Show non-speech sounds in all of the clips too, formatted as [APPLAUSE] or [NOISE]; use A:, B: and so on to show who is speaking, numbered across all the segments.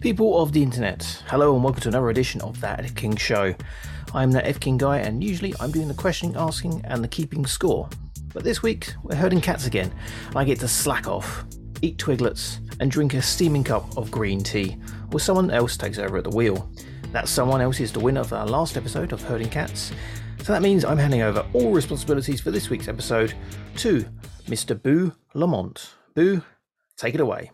A: People of the internet, hello and welcome to another edition of That F King Show. I'm that F King guy, and usually I'm doing the questioning, asking, and the keeping score. But this week, we're herding cats again. I get to slack off, eat twiglets, and drink a steaming cup of green tea, while someone else takes over at the wheel. That someone else is the winner of our last episode of Herding Cats, so that means I'm handing over all responsibilities for this week's episode to Mr. Boo Lamont. Boo, take it away.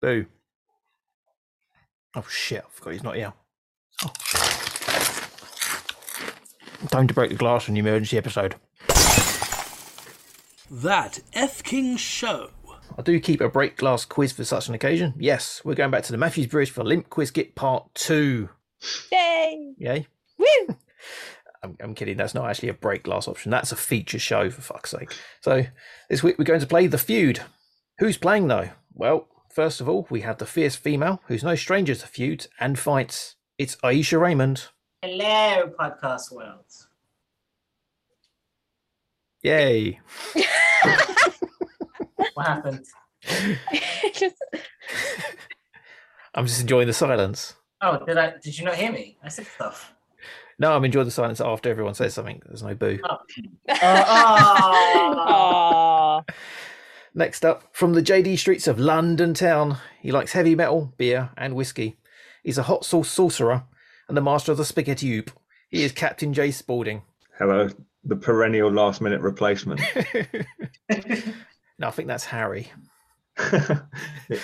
A: Boo. Oh shit, I forgot he's not here. Oh. Time to break the glass on the emergency episode.
B: That F King Show.
A: I do keep a break glass quiz for such an occasion. Yes, we're going back to the Matthews Bridge for Limp Quizkit Part 2.
C: Yay! [LAUGHS]
A: Yay.
C: Woo!
A: [LAUGHS] I'm, I'm kidding. That's not actually a break glass option. That's a feature show, for fuck's sake. So, this week we're going to play The Feud. Who's playing, though? Well, first of all, we have the fierce female who's no stranger to feuds and fights. It's Aisha Raymond.
D: Hello, podcast world.
A: Yay.
D: What happened?
C: Just,
A: I'm just enjoying the silence.
D: Oh, did I? Did you not hear me? I said stuff.
A: No, I'm enjoying the silence after everyone says something. There's no boo.
D: Oh,
C: Aw.
A: Next up, from the JD streets of London town, he likes heavy metal, beer, and whiskey. He's a hot sauce sorcerer and the master of the spaghetti oop. He is Captain J Spaulding. [LAUGHS]
E: Hello, the perennial last minute replacement. [LAUGHS]
A: No, I think that's Harry. [LAUGHS]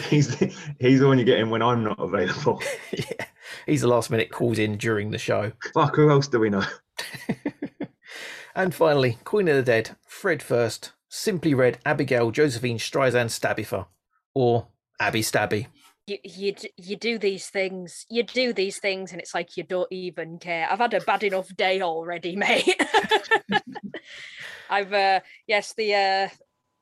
E: he's the, he's the one you get in when I'm not available. [LAUGHS]
A: yeah. He's the last minute called in during the show. [LAUGHS]
E: Fuck, who else do we know?
A: And finally, Queen of the Dead, Fred First, Simply Red, Abigail, Josephine, Streisand, Stabbifer, or Abby Stabby.
C: [LAUGHS] you, you d- you do these things, you do these things, and it's like you don't even care. I've had a bad enough day already, [LAUGHS] mate. I've uh, yes, the uh,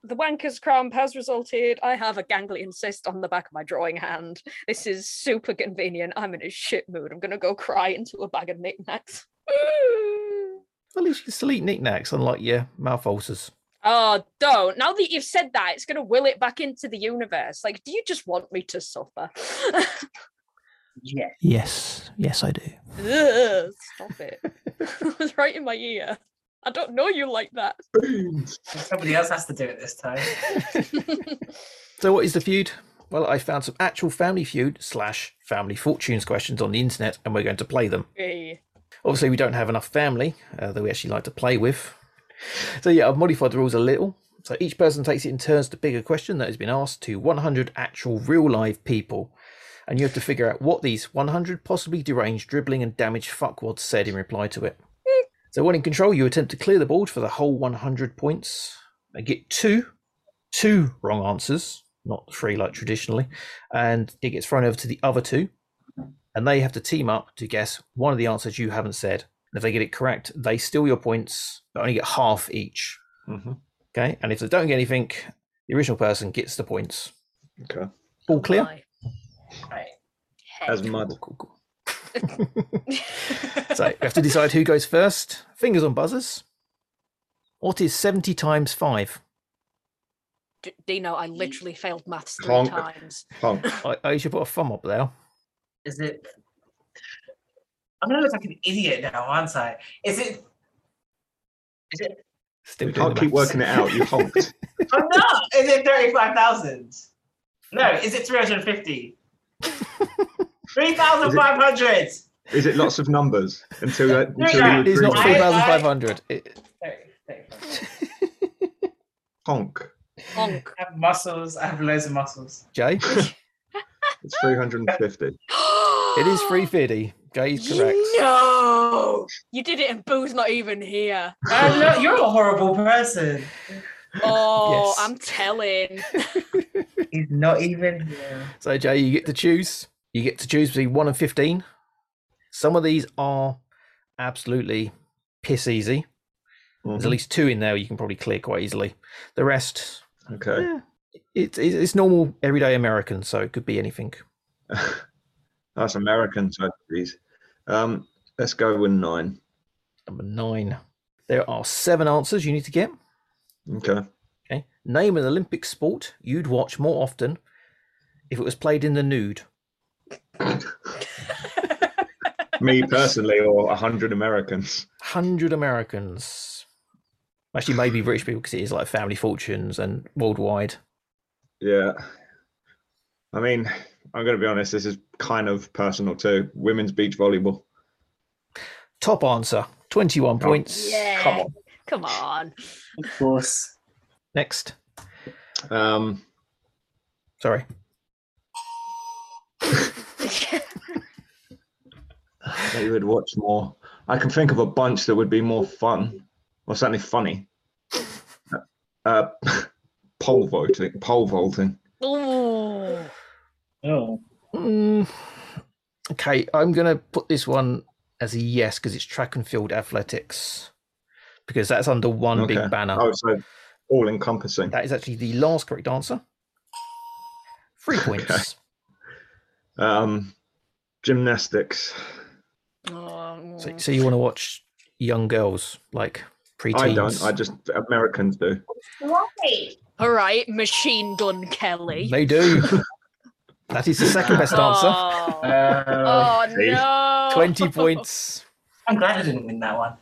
C: the wanker's cramp has resulted. I have a ganglion cyst on the back of my drawing hand. This is super convenient. I'm in a shit mood. I'm gonna go cry into a bag of knickknacks. [LAUGHS]
A: Well, at least you can still eat knickknacks, unlike your mouth ulcers.
C: Oh, don't. Now that you've said that, it's going to will it back into the universe. Like, do you just want me to suffer? [LAUGHS]
D: yeah.
A: Yes, yes, I do.
C: Ugh, stop it. [LAUGHS] it was right in my ear. I don't know you like that.
D: Somebody else has to do it this time.
A: So, what is the feud? Well, I found some actual family feud slash family fortunes questions on the internet, and we're going to play them.
C: Eh.
A: Obviously, we don't have enough family uh, that we actually like to play with. So, yeah, I've modified the rules a little. So, each person takes it in turns to pick a question that has been asked to 100 actual real live people. And you have to figure out what these 100 possibly deranged, dribbling, and damaged fuckwads said in reply to it. So, when in control, you attempt to clear the board for the whole 100 points. I get two, two wrong answers, not three like traditionally. And it gets thrown over to the other two and they have to team up to guess one of the answers you haven't said. And if they get it correct, they steal your points, but only get half each.
E: hmm
A: Okay. And if they don't get anything, the original person gets the points.
E: Okay,
A: All clear?
C: My
D: Right.
C: head.
E: as mud.
A: Cool, cool, cool. [LAUGHS] so we have to decide who goes first. Fingers on buzzers. What is 70 times 5?
C: D- Dino, I literally failed maths 3
E: Honk.
C: times.
E: Honk.
A: I, I should put a thumb up there.
D: Is it? I'm gonna look like an idiot now, aren't I? Is it? Is it?
A: Still
E: You
A: doing
E: can't
A: the maths.
E: keep working it
A: [LAUGHS]
E: out. You honked.
D: I'm not. Is it thirty-five thousand? No. Is it three hundred fifty? Three thousand five hundred.
E: Is it lots of numbers until you- until
D: Yeah,
E: you
A: It's
E: agree
A: not
E: with
D: I- I-
A: 3,500. It-
E: honk?
C: Honk. [GASPS]
D: I have muscles. I have loads
A: [LAUGHS]
D: of muscles.
A: Jay,
E: It's three hundred and fifty.
A: it is 350. Jay's correct.
C: [LAUGHS] No! You did it and Boo's not even here.
D: I know you're a horrible person.
C: Oh,
A: [LAUGHS] Yes.
C: I'm telling.
D: He's not even here.
A: So Jay, you get to choose. You get to choose between one and fifteen. Some of these are absolutely piss easy. There's at
E: Mhm.
A: least two in there you can probably clear quite easily. The rest,
E: Okay.
A: yeah, it's it's it's normal everyday American, so it could be anything.
E: That's American side please. Um, let's go with nine.
A: Number nine. There are seven answers you need to get.
E: Okay.
A: Okay. Name an Olympic sport you'd watch more often if it was played in the nude.
E: Me personally, or a hundred Americans.
A: 100 Americans. Actually, maybe British people because it is like Family Fortunes and worldwide.
E: Yeah. I mean, I'm going to be honest. This is kind of personal too. Women's beach volleyball.
A: Top answer 21 points.
C: Yeah.
E: Come on.
C: Come [LAUGHS] on.
D: Of course.
A: Next.
E: Um,
A: Sorry.
E: that you would watch more. I can think of a bunch that would be more fun, or certainly funny. Uh, [LAUGHS] pole vaulting. Pole vaulting.
C: Ooh.
D: Oh.
A: Mm, okay, I'm going to put this one as a yes because it's track and field athletics because that's under one
E: Okay.
A: big banner.
E: Oh, so all encompassing.
A: That is actually the last correct answer.
E: [LAUGHS]
A: Three points.
E: Um, gymnastics.
C: Oh.
A: So, so you want to watch young girls like preteens?
E: I don't. I just Americans do.
F: Why?
C: All right, Machine Gun Kelly.
A: They do.
E: [LAUGHS]
A: that is the second best answer.
C: Oh,
D: Uh,
C: oh
E: See?
C: no.
A: 20
E: [LAUGHS]
A: points.
D: I'm glad I didn't win that one.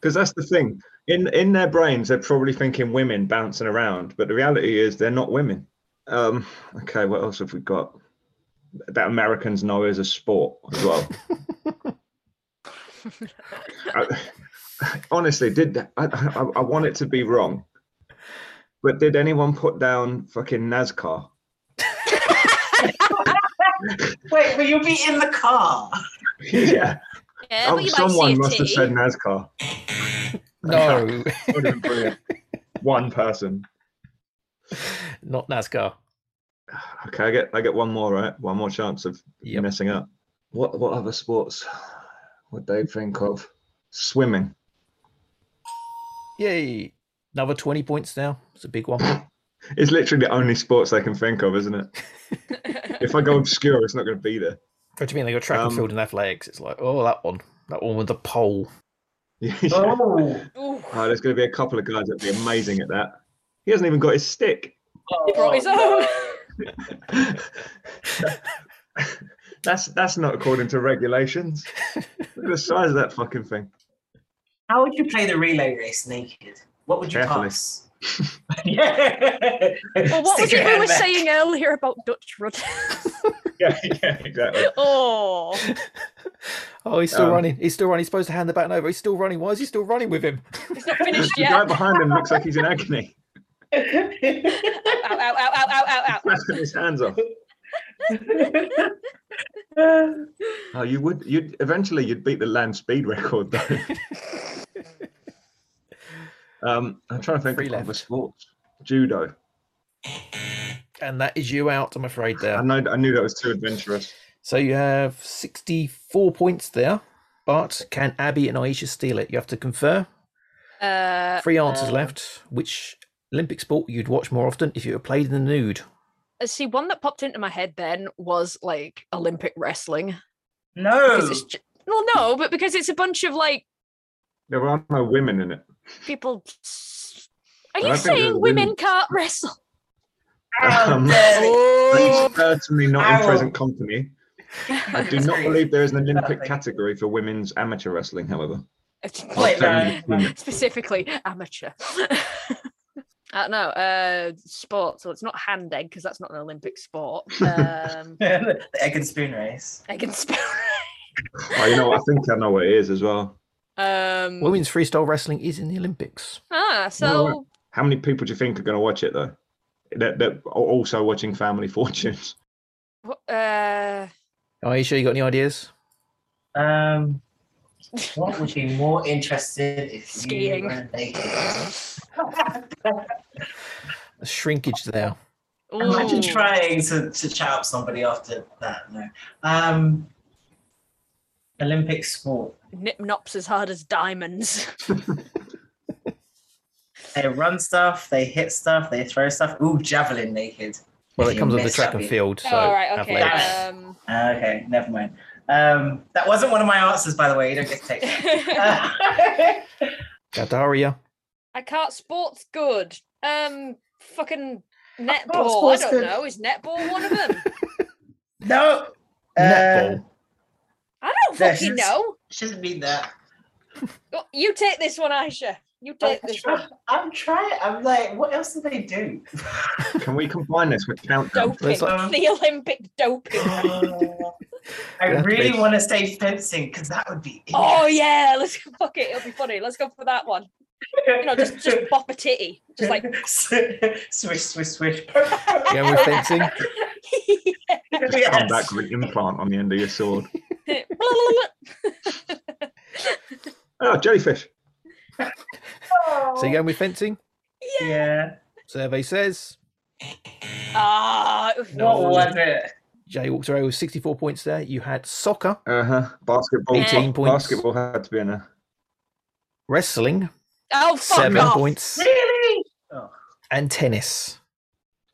E: Because that's the thing. In in their brains, they're probably thinking women bouncing around, but the reality is they're not women. Um, okay, what else have we got? That Americans know is a sport as well. I- honestly, did I, I? I want it to be wrong, but did anyone put down fucking NASCAR? [LAUGHS]
D: Wait, but you'll be in the car.
E: yeah,
C: [LAUGHS] Yeah,
E: Oh,
C: but you might see
E: someone
C: a
E: must have
C: titty.
E: said NASCAR.
A: No,
E: That would've been brilliant. one person.
A: [LAUGHS] not NASCAR.
E: Okay, I get I get one more right, one more chance of
A: Yep.
E: messing up. What what other sports would they think of? Swimming.
A: Yay. Another 20 points now. It's a big one.
E: It's literally the only sports they can think of, isn't it?
C: [LAUGHS]
E: If I [LAUGHS] go obscure, it's not going to be there. [LAUGHS]
A: What do you mean? They got track and
E: Um,
A: field and athletics. It's like, oh, that one. That one with the pole.
E: Yeah.
D: Oh.
C: Ooh.
E: Oh, there's going to be a couple of guys that'd be amazing at that. He hasn't even got his stick. [LAUGHS]
C: He brought his own.
E: that's that's not according to [LAUGHS] regulations. Look at the size of that fucking thing.
D: How would you play the relay race naked? What would you
E: Carefully.
D: pass? yeah.
C: Well, what
D: Stick
C: was it
D: your
C: we
D: hand
C: were
D: back.
C: saying earlier about Dutch rudders?
E: Yeah, yeah, exactly.
C: [LAUGHS] oh,
A: Oh, he's still
E: Um,
A: running. He's still running. He's supposed to hand the baton over. He's still running. Why is he still running with him?
C: it's not finished
E: [LAUGHS] The guy
C: yet.
E: behind him looks like he's in [LAUGHS] agony.
C: ow, ow, ow, ow, ow, ow,
E: Clapping his hands off. Oh, you would. You'd eventually you'd beat the land speed
A: [LAUGHS]
E: record though. um, I'm trying to think
A: Three
E: of other
A: left.
E: sports. Judo.
A: And that is you out, I'm afraid, there.
E: I know. I knew that was too adventurous.
A: So you have 64 points there. But can Abby and Aisha steal it? You have to confer.
E: [LAUGHS]
C: ow. Uh,
A: Three answers left. Which Olympic sport you'd watch more often if you were played in the nude?
C: see, one that popped into my head then was like Olympic wrestling.
D: [LAUGHS]
E: Hmm.
D: no.
C: Because it's ju- well, no, but because it's a bunch of like
E: There are no women in it.
C: people. s- Are
E: I
C: you
E: don't think there's
C: saying
E: women-
C: women can't wrestle? [LAUGHS]
D: How
E: Um,
D: dare you.
C: Oh,
E: It's certainly not in
D: Ow.
E: present company. I do not believe there is an Olympic
D: Nothing.
E: category for women's amateur wrestling. However, I'll
D: Wait,
E: tell
D: no,
E: you
D: no.
C: [LAUGHS]
E: soon.
C: specifically amateur. [LAUGHS] I don't know. Uh, sport. So it's not hand egg because that's not an Olympic
D: [LAUGHS]
C: sport. Um,
D: [LAUGHS] the egg and spoon race.
C: egg and spoon.
E: oh, you know what? I think I know what it is as well.
C: [LAUGHS] Um,
A: Women's freestyle wrestling is in the Olympics.
C: ah,
E: No,
C: so
E: How many people do you think are going to watch it though? That, that are also watching Family Fortunes.
C: wh- uh,
A: Aisha, you got any ideas?
D: Um, what would be more interested if
C: Skiing.
D: you were naked? [LAUGHS]
A: A shrinkage there.
D: Imagine
C: ooh,
D: trying to, to chat up somebody after that. No. Um, Olympic sport.
C: Nip nops as hard as diamonds. [LAUGHS]
D: They run stuff, they hit stuff, they throw stuff. Ooh, javelin naked.
A: Well,
D: If
A: it
D: you
A: comes with the
D: miss,
A: track
D: that'd
A: and
D: be-
A: field. So
C: All Oh, right, okay.
A: athletics.
C: Um,
D: Ah, okay, never mind. Um, that wasn't one of my answers, by the way. You don't get to take. it. Uh,
A: Gadaria.
C: [LAUGHS] I can't sports good. Um, fucking netball. I
D: sports
C: don't
D: good.
C: know. Is netball one of them?
D: [LAUGHS] no. Uh,
A: Netball.
C: I
D: [LAUGHS]
C: don't
D: There
C: fucking
D: is.
C: know.
D: Shouldn't be that.
C: Oh, You take this one, Aisha. You
D: I'm
C: take this one.
D: trying, I'm trying. I'm like, what else do they do? [LAUGHS]
E: Can we combine this with countdown?
C: Doping.
D: like-
C: The Olympic doping.
D: Oh, I
A: Yeah,
D: really
A: please.
D: want to say fencing because that would be. [LAUGHS]
C: Oh yeah, let's fuck it. It'll be funny. Let's go for that one. You know, just
D: [LAUGHS]
C: just bop a titty, just like
D: swish, swish, swish. [LAUGHS]
A: Yeah, with fencing.
E: Just come back with an implant on the end of your sword. Oh, jellyfish.
A: So you're going with fencing?
D: yeah.
A: Survey says
C: ah.
A: No.
D: What was it?
A: Jay walked away with 64 points there. You had soccer,
E: Uh huh. Basketball.
A: 18 points.
E: Basketball had to be in there.
A: wrestling,
C: Oh fuck
A: seven
C: off.
A: points,
D: Really?
A: and tennis.
E: [LAUGHS]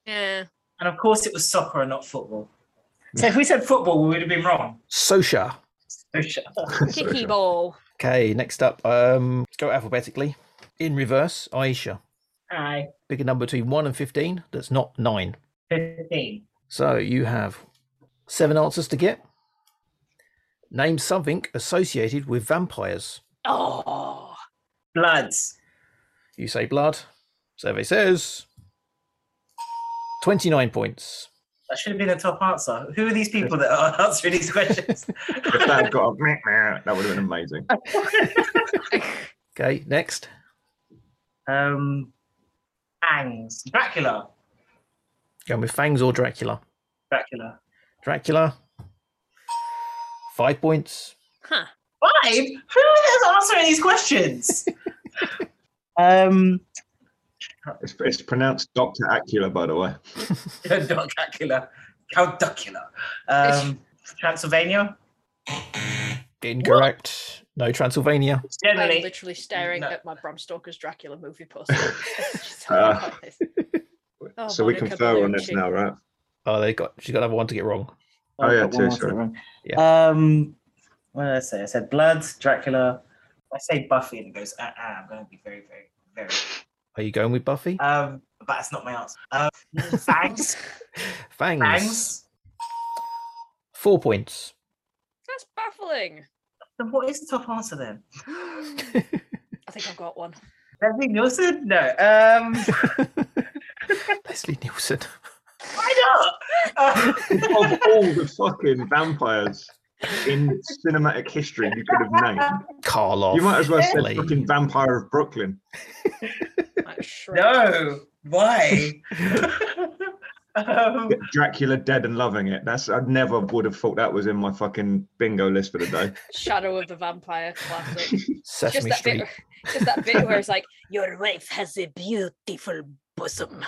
C: Yeah.
D: And of course, it was soccer and not football. So if we said football, we would have been wrong.
A: Socia.
D: Oh, shut up.
C: Kicky ball.
A: Okay, next up, um, let's go alphabetically. In reverse, Aisha.
D: Aye.
A: Pick a number between 1 and 15 that's not 9.
D: 15.
A: So you have seven answers to get. Name something associated with vampires.
C: Oh.
D: Bloods.
A: You say blood. Survey says 29 points.
D: That should have been a top answer. Who are these people that are [LAUGHS] answering these questions?
E: If that had got a meh, meh, that would have been amazing.
A: Okay, next.
D: um, Angs. Dracula.
A: Going with fangs or Dracula.
D: Dracula.
A: Dracula. Five points.
C: Huh.
D: Five? Who is answering these questions? um,
E: It's, it's pronounced Dr. Acula, by the way.
D: not Dracula. Count Dracula. Um, Transylvania.
A: Incorrect. No Transylvania.
C: I'm
D: Generally.
C: literally staring
D: No.
C: at my Bram Stoker's Dracula movie
E: [LAUGHS]
C: poster. It's just
E: Uh,
C: like
E: [LAUGHS]
C: this. Oh,
E: so we
C: Monica
E: confer on this
C: Bellucci.
E: now, right?
A: Oh, they got she's got another one to get wrong.
E: Oh, yeah,
D: I've got
E: two,
D: one more
E: sorry.
D: wrong. Um, what did I say? I said blood, Dracula. I say Buffy, and it goes. Ah, ah, I'm going to be very, very, very.
A: Are you going with Buffy?
D: Um, but that's not my answer. [LAUGHS] Um, fangs,
A: fangs.
D: fangs.
A: Four points.
C: That's baffling.
D: Then what is the top answer then?
C: I think I've got one.
D: Leslie Nielsen? No. Um,
A: Leslie Nielsen.
D: why not? Uh,
E: of all the fucking vampires in cinematic history you could have named,
A: Karloff.
E: you might as well
A: Lee.
E: say fucking Vampire of Brooklyn.
D: [LAUGHS]
C: Like Shrek.
D: [LAUGHS] no. [LAUGHS] Why? um,
E: Dracula dead and loving it. That's I never would have thought that was in my fucking bingo list for the day.
C: Shadow of the Vampire classic. just
A: Sesame
C: that
A: Street.
C: bit. Just that bit where [LAUGHS] it's like, your wife has a beautiful bosom.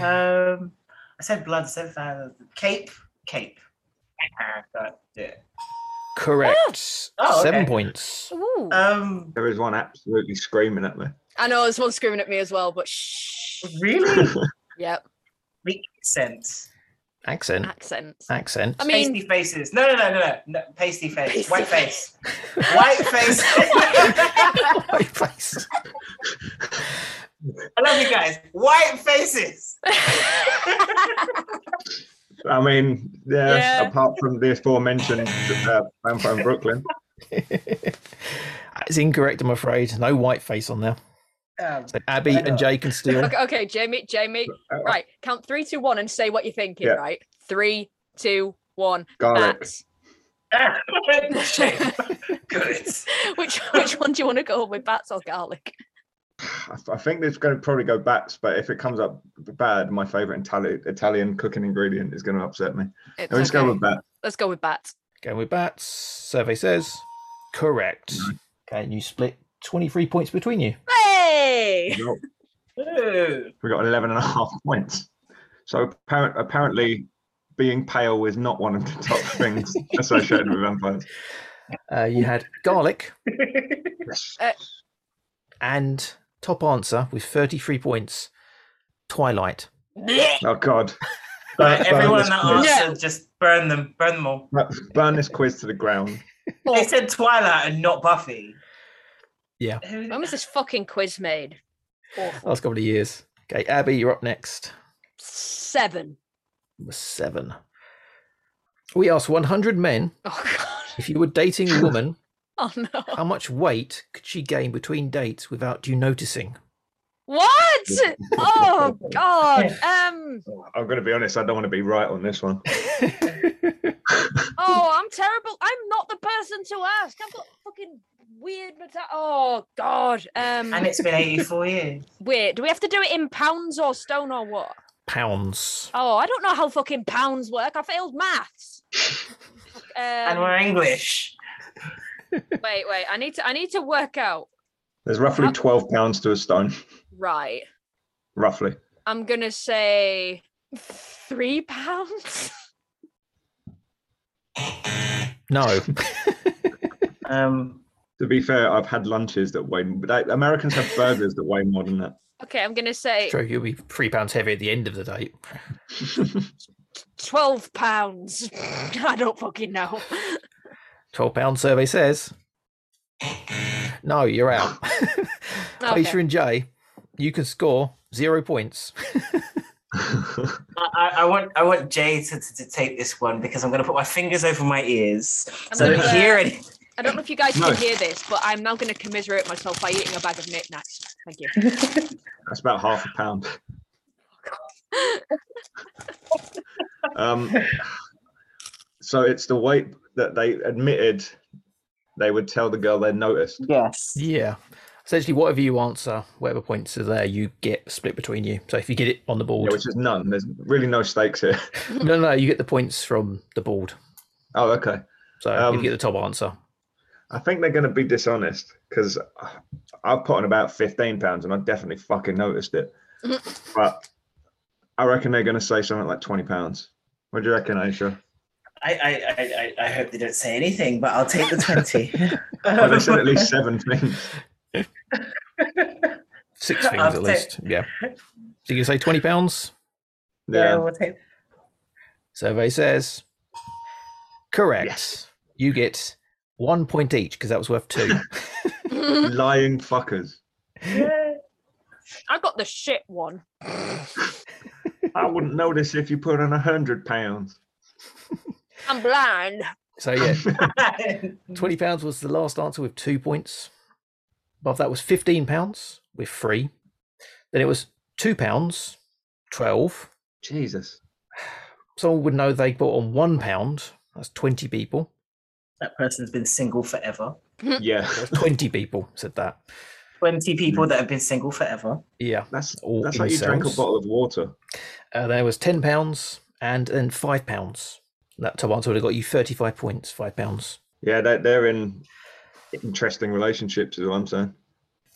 D: um, I said blood. I said fan. Cape, cape. Ah, that's it.
A: Correct.
D: Oh, okay.
A: Seven points.
C: [LAUGHS] Ooh.
D: Um,
E: There is one absolutely screaming at me.
C: I know there's one screaming at me as well, but shh.
D: really?
C: Yep.
D: Weak sense.
C: Uh,
A: Accent.
C: Accents. [LAUGHS]
A: Accent.
C: I mean,
D: pasty faces. No, no, no, no, no. no pasty face.
C: Pasty
D: White face.
C: [LAUGHS]
D: White face. I
A: [LAUGHS] White face.
D: love you guys. White faces.
E: I mean, yeah,
C: Yeah.
E: apart from the aforementioned uh, Vampire in Brooklyn,
A: That's incorrect, I'm afraid. No white face on there.
D: Um,
A: So Abby
D: Why
A: and
D: not?
A: Jay can steal.
C: okay, okay, Jamie, Jamie,
E: Uh,
C: right. Count three, two, one, and say what you're thinking,
E: Yeah.
C: right? Three, two, one.
E: garlic,
C: Bats. [LAUGHS]
D: Good.
C: which which one do you want to go with, bats or garlic?
E: I, I think there's going to probably go bats, but if it comes up bad, my favourite Italian, Italian cooking ingredient is going to upset me.
C: It's
E: Let's go
C: okay. [LAUGHS]
E: with bat.
C: Let's go with bats.
A: Going with bats. Survey says correct. Okay, and you split 23 points between you.
C: [LAUGHS] Hey!
E: Nope.
D: Ooh.
E: We got 11 and a half points. So apparent, apparently, being pale is not one of the
C: [LAUGHS]
E: top things associated with vampires.
A: Uh, you had garlic
E: Yes.
A: and top answer with 33 points. Twilight.
E: Oh God.
D: Like, everyone
E: this
D: that
E: quiz.
D: answered,
C: Yeah.
D: just burn them, burn them all.
E: Burn this quiz to the ground.
C: Oh.
D: They said Twilight and not Buffy.
A: Yeah.
D: Who-
C: When was this fucking quiz made? Awful.
A: Last couple of years. Okay, Abby, you're up next.
C: Seven.
A: Number seven. We asked 100 men
C: Oh
A: if you were dating a woman,
C: god. [LAUGHS] Oh no.
A: how much weight could she gain between dates without you noticing?
C: What? Oh
D: [LAUGHS]
C: god. Um.
E: I'm going to be honest. I don't want to be right on this one.
C: Oh, I'm terrible. I'm not the person to ask. I've got fucking weird. meta- Oh god. Um.
D: And it's been
C: [LAUGHS]
D: 84 years.
C: Wait. Do we have to do it in pounds or stone or what?
A: Pounds.
C: Oh, I don't know how fucking pounds work. I failed maths. Um,
D: [LAUGHS] And we're English.
C: wait, wait. I need to. I need to work out.
E: There's roughly
C: How-
E: 12 pounds to a stone, [LAUGHS]
C: Right.
E: roughly.
C: I'm gonna say three pounds. [LAUGHS]
A: No.
D: Um,
E: To be fair, I've had lunches that weigh. But like, Americans have burgers that weigh more than that.
C: Okay, I'm gonna say
A: True, you'll be three pounds heavier at the end of the date.
C: twelve pounds. [LAUGHS] I don't fucking know.
A: 12 pound survey says. No, you're out. [LAUGHS] Aisha
C: Okay.
A: and Jay, you can score zero points.
D: I, I- I want I want Jay to, to, to take this one because I'm going to put my fingers over my ears.
C: I'm
D: so
C: gonna,
D: that here it is.
C: I don't know if you guys
E: No.
C: can hear this, but I'm now gonna commiserate myself by eating a bag of knickknacks. Thank you.
E: [LAUGHS] That's about half a pound. um, so it's the weight that they admitted they would tell the girl they noticed.
D: Yes.
A: Yeah. Essentially, whatever you answer, whatever points are there, you get split between you. So if you get it on the
E: Yeah,
A: board,
E: which is none. There's really no stakes here. [LAUGHS]
A: no, no, no, you get the points from the board.
E: Oh, okay.
A: So
E: Um,
A: if you get the top answer,
E: I think they're going to be dishonest because I put on about 15 pounds and I definitely fucking noticed it. but I reckon they're going to say something like 20 pounds. What do you
A: [LAUGHS]
E: reckon, Aisha?
D: I, I, I, I I hope they don't say anything, but I'll take the 20.
E: Well,
D: [LAUGHS]
E: they said at least seven things.
A: six things at
D: I'll say-
A: least. Yeah. So you can say twenty pounds.
D: yeah,
E: Yeah.
D: we'll take [LAUGHS]
A: Survey says correct.
E: Yes.
A: You get one point each because that was worth two.
C: [LAUGHS]
E: Lying fuckers.
C: I got the shit one.
E: I wouldn't notice if you put on a hundred pounds.
C: I'm blind.
A: so yeah,
D: it.
A: twenty pounds was the last answer with two points. Above that was fifteen pounds with three. Then it was two pounds, twelve.
E: Jesus.
A: Someone would know they bought on one pound. That's twenty people.
D: that person's been single forever.
E: Yeah.
A: That was twenty people said that.
D: 20 people that have been single forever.
A: Yeah.
E: That's
A: All
E: that's like you drank a
A: incels.
E: bottle of water.
A: Uh, there was ten pounds and then five pounds. That top answer would have got you thirty-five points. Five pounds.
E: Yeah, they they're in interesting relationships, is what I'm saying.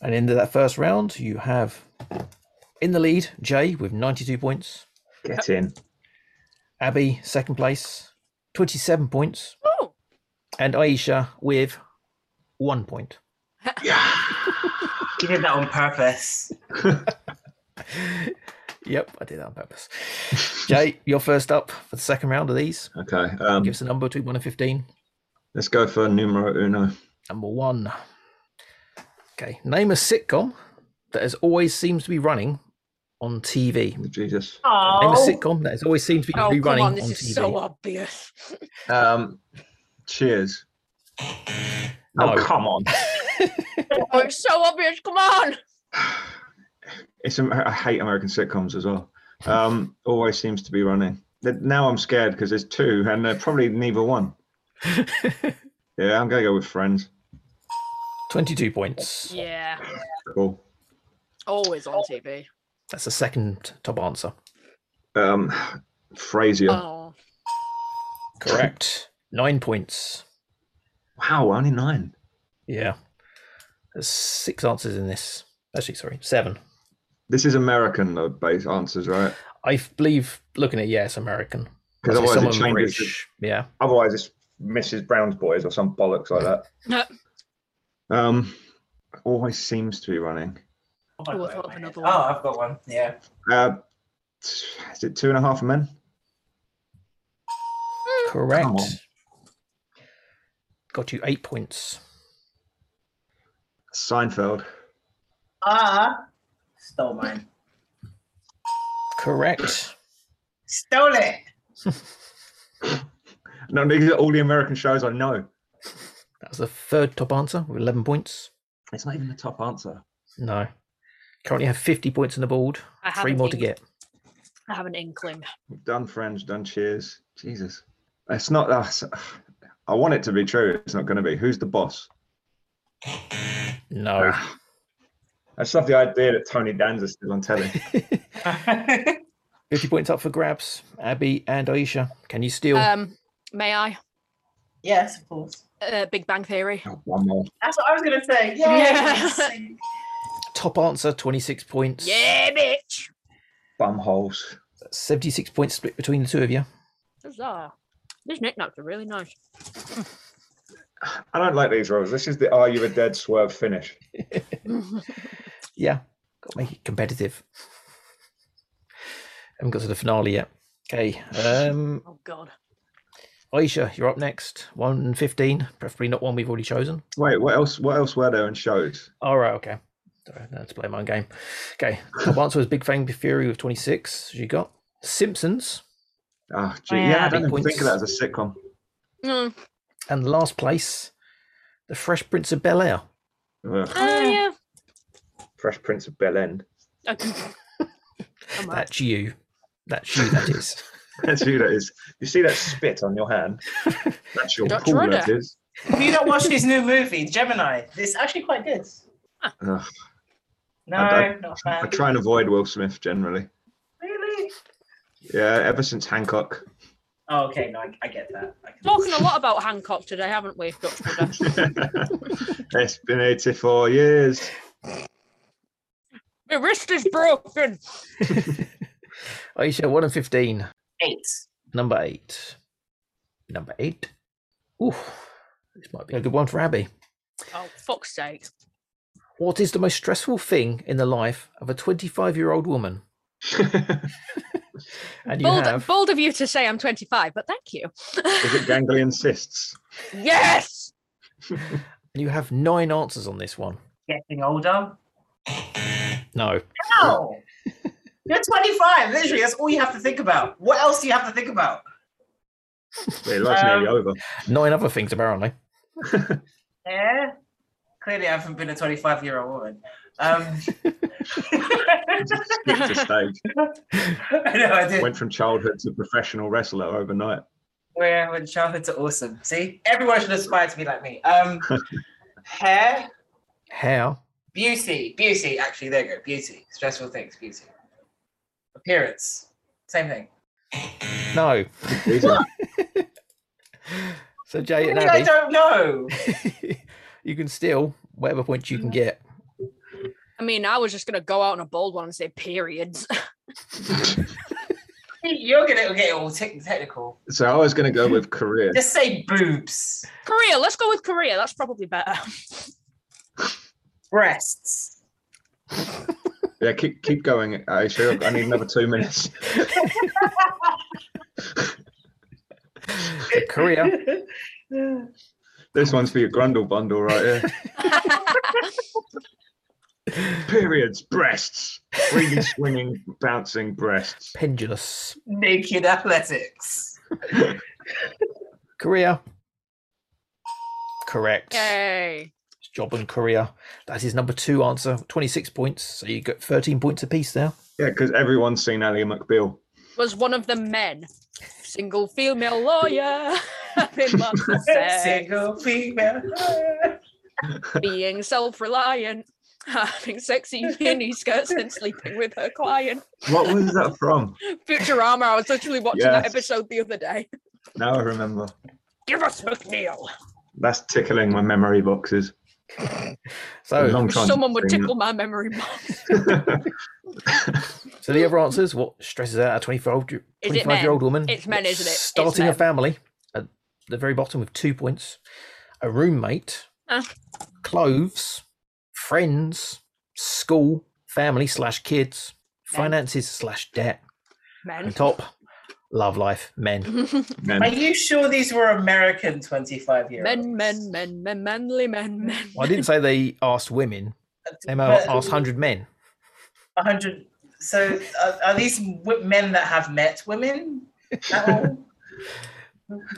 A: And into that first round, you have in the lead Jay with ninety-two points.
E: Get in.
A: Abby second place, twenty-seven points,
C: Oh,
A: and Aisha with one point.
E: Yeah.
D: You did that on purpose.
A: Yep, I did that on purpose. Jay, you're first up for the second round of these.
E: Okay. Um,
A: Give us a number between one and fifteen.
E: let's go for numero uno.
A: Number one. Okay, name a sitcom that has always seems to be running on TV.
E: Jesus.
A: Name a
D: Oh,
A: sitcom that has always seems to be
C: oh come
A: rerunning
C: on, this
A: on
C: is
A: TV. [LAUGHS]
C: so obvious.
E: Um, cheers.
A: No.
E: Oh come on.
C: Oh, it's so obvious. Come on.
E: It's Amer- I hate American sitcoms as well. Um, always seems to be running. Th- Now I'm scared because there's two, and they're probably neither one. yeah, I'm gonna go with Friends.
A: Twenty-two points.
C: Yeah,
E: Cool.
C: always on TV.
A: That's the second top answer.
E: Um, Frasier.
C: Oh,
A: Correct. Nine points.
E: Wow, only nine.
A: Yeah. There's six answers in this. Actually, sorry, seven.
E: This is American though, base answers, right?
A: I f- believe looking at yes, American.
E: Because
A: So
E: otherwise it
A: someone
E: changes. the-
A: rich, yeah.
E: otherwise it's Mrs. Brown's boys or some bollocks like that.
C: No.
E: Um, always seems to be running.
D: my
C: Oh, I
D: God.
C: thought of another
D: Oh,
C: one.
D: I've got one. Yeah.
E: Uh, t- is it two and a half men? Come on.
A: Correct. Got you eight points.
E: Seinfeld.
D: Ah, stole mine.
A: Correct.
D: Stole it.
E: No, these are all the American shows I know.
A: That was the third top answer with 11 points.
E: It's not even the top answer.
A: No. Currently have 50 points on the board.
C: I have
A: Three
C: an
A: more to
C: ink-
A: get.
C: I have an inkling.
E: We've done Friends, done Cheers. Jesus, it's not us. I want it to be true. It's not going to be. Who's the boss?
A: No.
E: Ah. I just love the idea that Tony Danza's still
A: [LAUGHS]
E: on telly.
D: [LAUGHS]
A: 50 points up for grabs. Abby and Aisha. Can you steal?
C: Um, may I?
D: yes, of course.
C: Uh, Big Bang Theory.
E: Oh, one more.
D: That's what I was gonna say. Yes.
A: Top answer 26 points.
C: Yeah, bitch.
E: Bumholes.
A: 76 points split between the two of you.
C: Huzzah. These knickknacks are really nice.
E: I don't like these rules. This is the Are You a Dead swerve finish.
A: Yeah. Got to make it competitive. [LAUGHS] Haven't got to the finale yet. Okay. Um,
C: oh God.
A: Aisha, you're up next. 1 and 15. Preferably not one we've already chosen.
E: Wait, what else? What else were there in shows?
A: All right, okay. Sorry, no, to play my own game. Okay, top answer was Big Fang Fury with 26. As you got Simpsons,
E: Ah, gee, yeah, I
A: Big
E: don't even think of that
A: points.
E: as a sitcom.
C: Mm.
A: and last place, The Fresh Prince of Bel Air.
E: Ugh,
C: Oh yeah. [LAUGHS]
E: Fresh Prince of Bel End.
C: Okay. Come on.
A: That's you. That's you. That is. [LAUGHS]
E: That's who that is. You see that spit on your hand? That's your
C: Dutch
E: pool.
C: rudder.
E: That is.
D: Have you not watched his new movie, Gemini? It's actually quite good.
E: Ugh,
D: No,
E: I
D: not a
E: I
D: fan.
E: try and avoid Will Smith generally.
D: Really?
E: Yeah, ever since Hancock. [LAUGHS]
D: Oh, okay. No, I, I get that. I can...
C: Talking a lot about Hancock today, haven't we, Dutch Rudder?
E: it's been 84 years.
C: My wrist is broken.
A: Aisha, 1 and 15.
D: Eight.
A: Number 8. Number 8. Ooh, this might be a good one for Abby.
C: Oh fuck's sake.
A: What is the most stressful thing in the life of a 25 year old woman?
E: is
A: And you
C: Bold,
A: have.
C: bold of you to say I'm 25, but thank you. [LAUGHS]
E: it ganglion cysts?
C: Yes.
A: And you have nine answers on this one.
D: Getting older.
A: No.
D: No. [LAUGHS] You're 25. Literally, that's all you have to think about. What else do you have to think about?
E: Wait, life's nearly
D: Um,
E: over.
A: Nine other things, apparently.
D: Yeah. Clearly, I haven't been a 25 year old woman.
E: [LAUGHS]
D: Um... [LAUGHS]
E: Skipped a stage.
D: I know I did.
E: Went from childhood to professional wrestler overnight.
D: Where when childhoods are awesome. See, everyone should aspire to be like me.
E: [LAUGHS]
D: Um, hair,
A: How?
D: beauty, beauty. Actually, there you go. Beauty, stressful things, beauty. Appearance, same thing.
A: No.
E: These are-
A: [LAUGHS] So Jay
D: Really,
A: and
D: I
A: Abby,
D: don't know. [LAUGHS]
A: [LAUGHS] you can steal whatever points you can get.
C: I mean, I was just gonna go out on a bold one and say periods. [LAUGHS]
D: You're gonna get all tech technical.
E: so I was going to go with career.
D: Just say boobs,
C: Korea. Let's go with Korea. That's probably better.
A: [LAUGHS]
D: breasts.
E: Yeah, keep keep going, Aisha. I need another two minutes.
A: So Korea,
E: This one's for your grundle bundle right here. Periods, breasts, freely swinging, bouncing breasts.
A: pendulous.
D: Naked athletics.
A: Korea. Correct.
C: Yay.
A: It's Job and Korea. That is number two answer. 26 points. So you got 13 points apiece there.
E: Yeah, because everyone's seen Ali McBeal.
C: Was one of the men. Single female lawyer. [LAUGHS] having
A: [LAUGHS]
C: lots of sex,
D: Single female.
C: being self-reliant. [LAUGHS] Having sexy mini skirts and sleeping with her client.
E: What was that from?
C: Futurama, I was literally watching that
E: Yes.
C: episode the other day.
E: Now I remember.
C: Give us McNeil.
E: That's tickling my memory boxes.
A: So
E: Long
C: Wish
E: time
C: someone would
E: since I've
C: tickle my memory box.
E: seen it. [LAUGHS]
A: So the other answer is what stresses out a 24 year
C: Is it
A: 25 year old
C: men?
A: woman?
C: It's men, isn't it? It's
A: Starting a
C: men.
A: family at the very bottom with two points, a roommate,
C: Ah.
A: clothes, friends, school, family slash kids,
C: Men.
A: finances slash debt,
C: [LAUGHS] Men.
A: and top, love life, men.
E: Men.
D: Are you sure these were American 25 year
C: [LAUGHS]
D: olds?
C: Men, men, men, men, manly men, men.
A: Well, I didn't say they asked women. They might have asked 100 men.
D: 100. So are, are these w- men that have met women
A: [LAUGHS]
D: at all?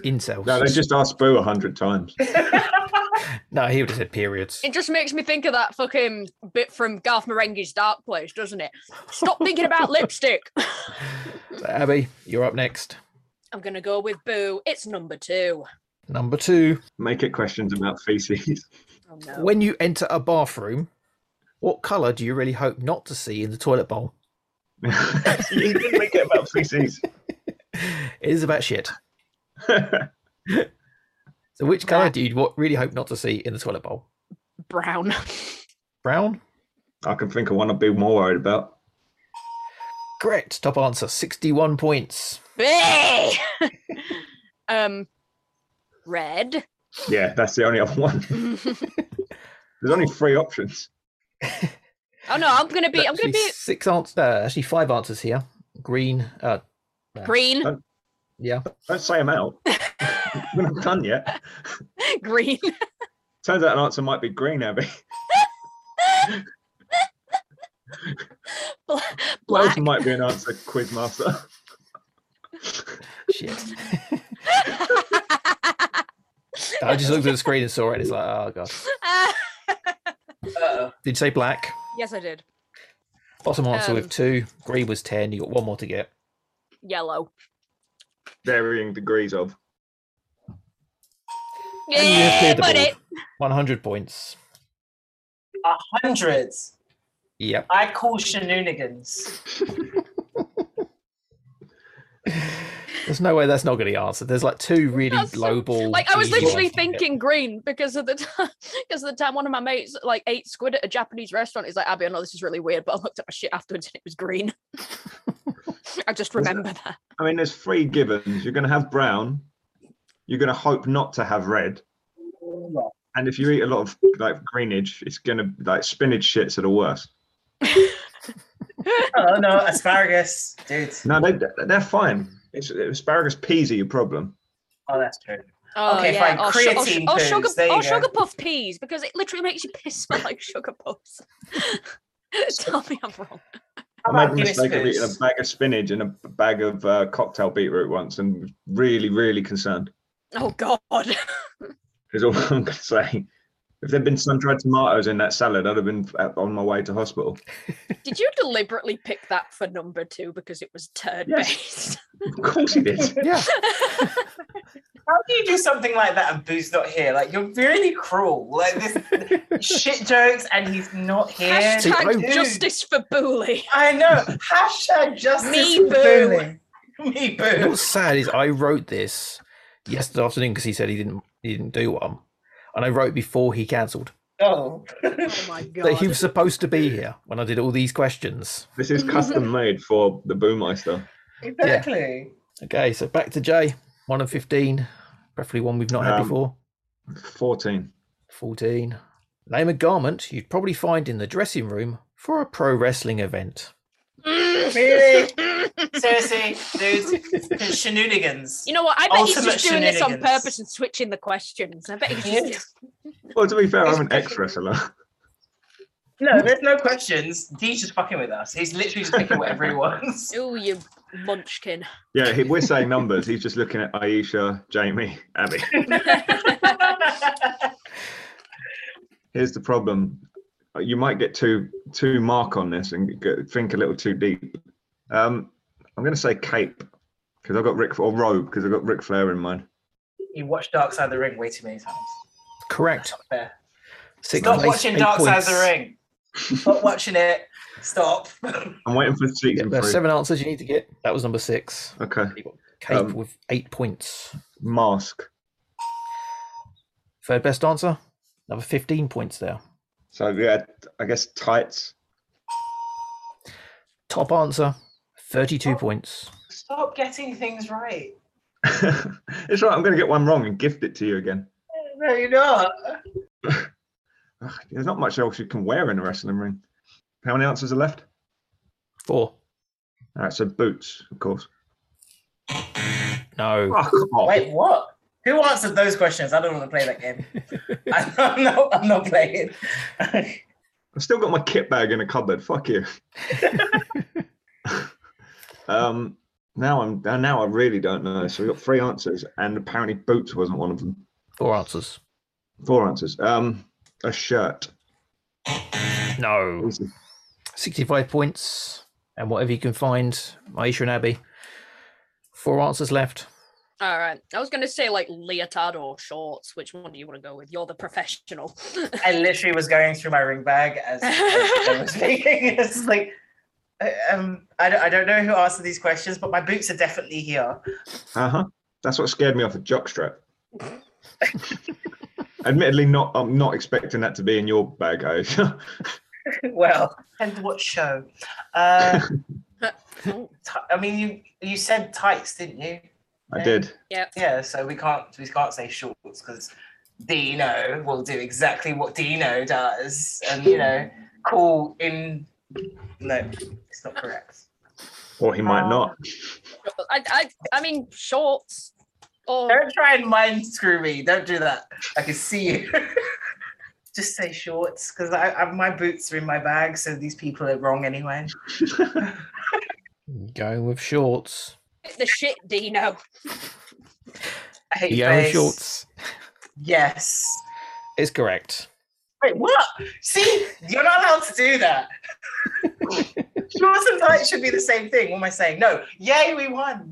A: Incels.
E: No, they just asked Boo a hundred times.
A: No, he would have said periods.
C: It just makes me think of that fucking bit from Garth Marenghi's Dark Place, doesn't it? Stop thinking about lipstick.
A: So, Abby, you're up next.
C: I'm gonna go with Boo. It's number two.
A: Number two.
E: Make it questions about feces. [LAUGHS]
C: Oh no.
A: When you enter a bathroom, what colour do you really hope not to see in the toilet bowl? [LAUGHS]
E: you didn't make it about feces. [LAUGHS]
A: It is about shit. So, which colour
C: Right.
A: do you what, really hope not to see in the toilet bowl?
C: Brown. [LAUGHS]
A: Brown?
E: I can think of one I'd be more worried about.
A: Correct. Top answer 61 points.
C: Hey! um red. [LAUGHS]
E: Yeah, that's the only other one.
C: oh
E: There's only three options.
C: no, I'm gonna be I'm
A: actually,
C: gonna be
A: six answers. Uh, actually, five answers here. Green. Uh,
C: green. [LAUGHS]
E: Don't-
A: yeah.
E: Don't say them out. [LAUGHS] We're not done yet.
C: green.
E: Turns out an answer might be green, Abby. [LAUGHS]
C: Bla-
E: What else [LAUGHS]
C: Black.
E: might be an answer, Quizmaster? [LAUGHS]
A: Shit. I just looked at the screen and saw it. And it's like, oh, God.
C: Ah,
D: Uh-oh.
A: Did you say black?
C: yes, I did.
A: Bottom answer
C: Um,
A: with two. Green was 10. You got one more to get.
C: Yellow.
E: Varying degrees of.
C: eh,
A: And you have
C: Yeah,
A: cleared the
C: buddy.
A: board. 100 points.
D: Hundreds.
A: Yep.
D: I call shenanigans.
A: There's no way that's not going to answer. There's like two really
C: That's so-
A: low ball.
C: Like I was
A: easy
C: literally
A: ones to get.
C: thinking green because of the time [LAUGHS] because of the time one of my mates like ate squid at a Japanese restaurant. He's like, Abby, I know this is really weird, but I looked at my shit afterwards and it was green. [LAUGHS] I just remember that.
E: I mean, there's three givens. You're going to have brown. You're going to hope not to have red.
D: Oh,
E: And if you eat a lot of like greenage, it's going to like spinach shits are the worst.
D: Oh no, asparagus, dude.
E: No, they, they're fine. It's, asparagus peas are your problem.
D: Oh, that's true.
C: Oh,
D: Okay,
C: yeah.
D: fine,
C: Or, su- or, su-
D: creatine
C: or sugar,
D: poos, there you
C: or
D: go.
C: sugar puff peas because it literally makes you piss smell like sugar puffs. [LAUGHS] Tell me I'm wrong.
D: How about
E: I made the
D: Guinness
E: mistake of eating a
D: foods?
E: bag of spinach and a b- bag of uh, cocktail beetroot once and was really, really concerned.
C: Oh God.
E: is all [LAUGHS] I'm going to say. If there'd been sun dried tomatoes in that salad, I'd have been uh, on my way to hospital.
C: Did you deliberately pick that for number two because it was turn based?
E: Of course
A: [LAUGHS]
E: he did.
C: [LAUGHS]
A: Yeah.
D: How do you do something like that and Boo's not here? Like you're really cruel. Like [LAUGHS] this shit jokes and he's not here.
A: See, I-
C: Hashtag
D: Dude,
C: justice for Booley.
D: I know. Hashtag justice
C: Me
D: for
C: Boo.
D: Boo. Me
A: And
D: Boo.
A: What's sad is I wrote this yesterday afternoon because he said he didn't he didn't do one, and I wrote before he cancelled.
D: Oh.
C: Oh
A: [LAUGHS]
C: my
A: That he
C: God.
A: was supposed to be here when I did all these questions.
E: This is custom made for the Boomeister.
D: Exactly.
A: Okay, so back to Jay. One and fifteen, preferably one we've not had
E: Um,
A: before.
E: 14.
A: Fourteen. Name a garment you'd probably find in the dressing room for a pro wrestling event.
C: Mm.
D: Really? Seriously, dude. Shenanigans.
C: You know what? I bet
D: Ultimate
C: he's just doing this on
D: shenanigans.
C: purpose and switching the questions. I bet he's
D: Yeah.
C: just.
E: Well, to be fair,
D: It's
E: I'm an ex wrestler.
D: No, there's no questions. D's just fucking with us. He's literally just picking whatever he wants.
C: Oh, you munchkin.
E: [LAUGHS] Yeah, he, we're saying numbers. He's just looking at Aisha, Jamie,
A: [LAUGHS]
E: Abby. Here's the problem Uh, you might get too, too mark on this and go, think a little too deep. Um, I'm going to say cape because I've got Rick, or robe because I've got Ric Flair in mind.
D: you watched Dark Side of the Ring way too many times.
A: Correct.
D: Fair.
A: Six
D: Stop
A: place,
D: watching
A: eight
D: Dark Side of the
A: points.
D: Ring.
A: [LAUGHS]
D: Stop watching it. Stop.
E: I'm waiting for season
A: Yeah,
E: three.
A: there are seven answers you need to get. That was number six.
E: Okay.
A: Cape
E: Um,
A: with eight points.
E: Mask.
A: Third best answer, another 15 points there.
E: So yeah, I guess tights.
A: Top answer 32 points.
D: Stop getting things right.
E: [LAUGHS] it's right. I'm going to get one wrong and gift it to you again.
D: No, you're not.
E: Ugh, there's not much else you can wear in a wrestling ring. How many answers are left?
A: Four.
E: All right, so boots, of course.
A: No.
E: Fuck off.
D: Wait, what? Who answered those questions? I don't want to play
A: [LAUGHS]
D: that game. I'm not, I'm not playing. [LAUGHS]
E: I've still got my kit bag in a cupboard. Fuck you. [LAUGHS] um, now I'm now I really don't know. So we got three answers, and apparently boots wasn't one of them.
A: Four answers.
E: Four answers. Um, a shirt.
A: No.
E: Easy.
A: 65 points. And whatever you can find, Aisha and Abby. Four answers left.
C: All right. I was going to say like leotard or shorts. Which one do you want to go with? You're the professional.
D: I literally was going through my ring bag as, as I was speaking. [LAUGHS] It's just like, I- um, I don't, I don't know who answered these questions, but my boots are definitely here.
A: [LAUGHS]
E: Uh huh. That's what scared me off a jockstrap. Admittedly, not. I'm not expecting that to be in your bag, Aisha.
D: Well, and what show?
A: [LAUGHS]
D: Uh,
C: Oh,
D: t- I mean, you you said tights, didn't you?
E: [LAUGHS] I did.
C: yeah.
D: Yeah, so we can't we can't say shorts because Dino will do exactly what Dino does, and you know, call in. No, it's not correct.
E: Or he might not.
C: I, I, I mean shorts. Or
D: Don't try and mind screw me. Don't do that. I can see you. [LAUGHS] Just say shorts because I, I my boots are in my bag, so these people are wrong anyway.
A: Going with shorts.
C: the shit Dino.
D: I hate
A: You going with
D: face.
A: shorts.
D: Yes.
A: It's correct.
D: Wait, what? See, you're not allowed to do that. [LAUGHS] shorts and tights should be the same thing. What am I saying? No. Yay, we won.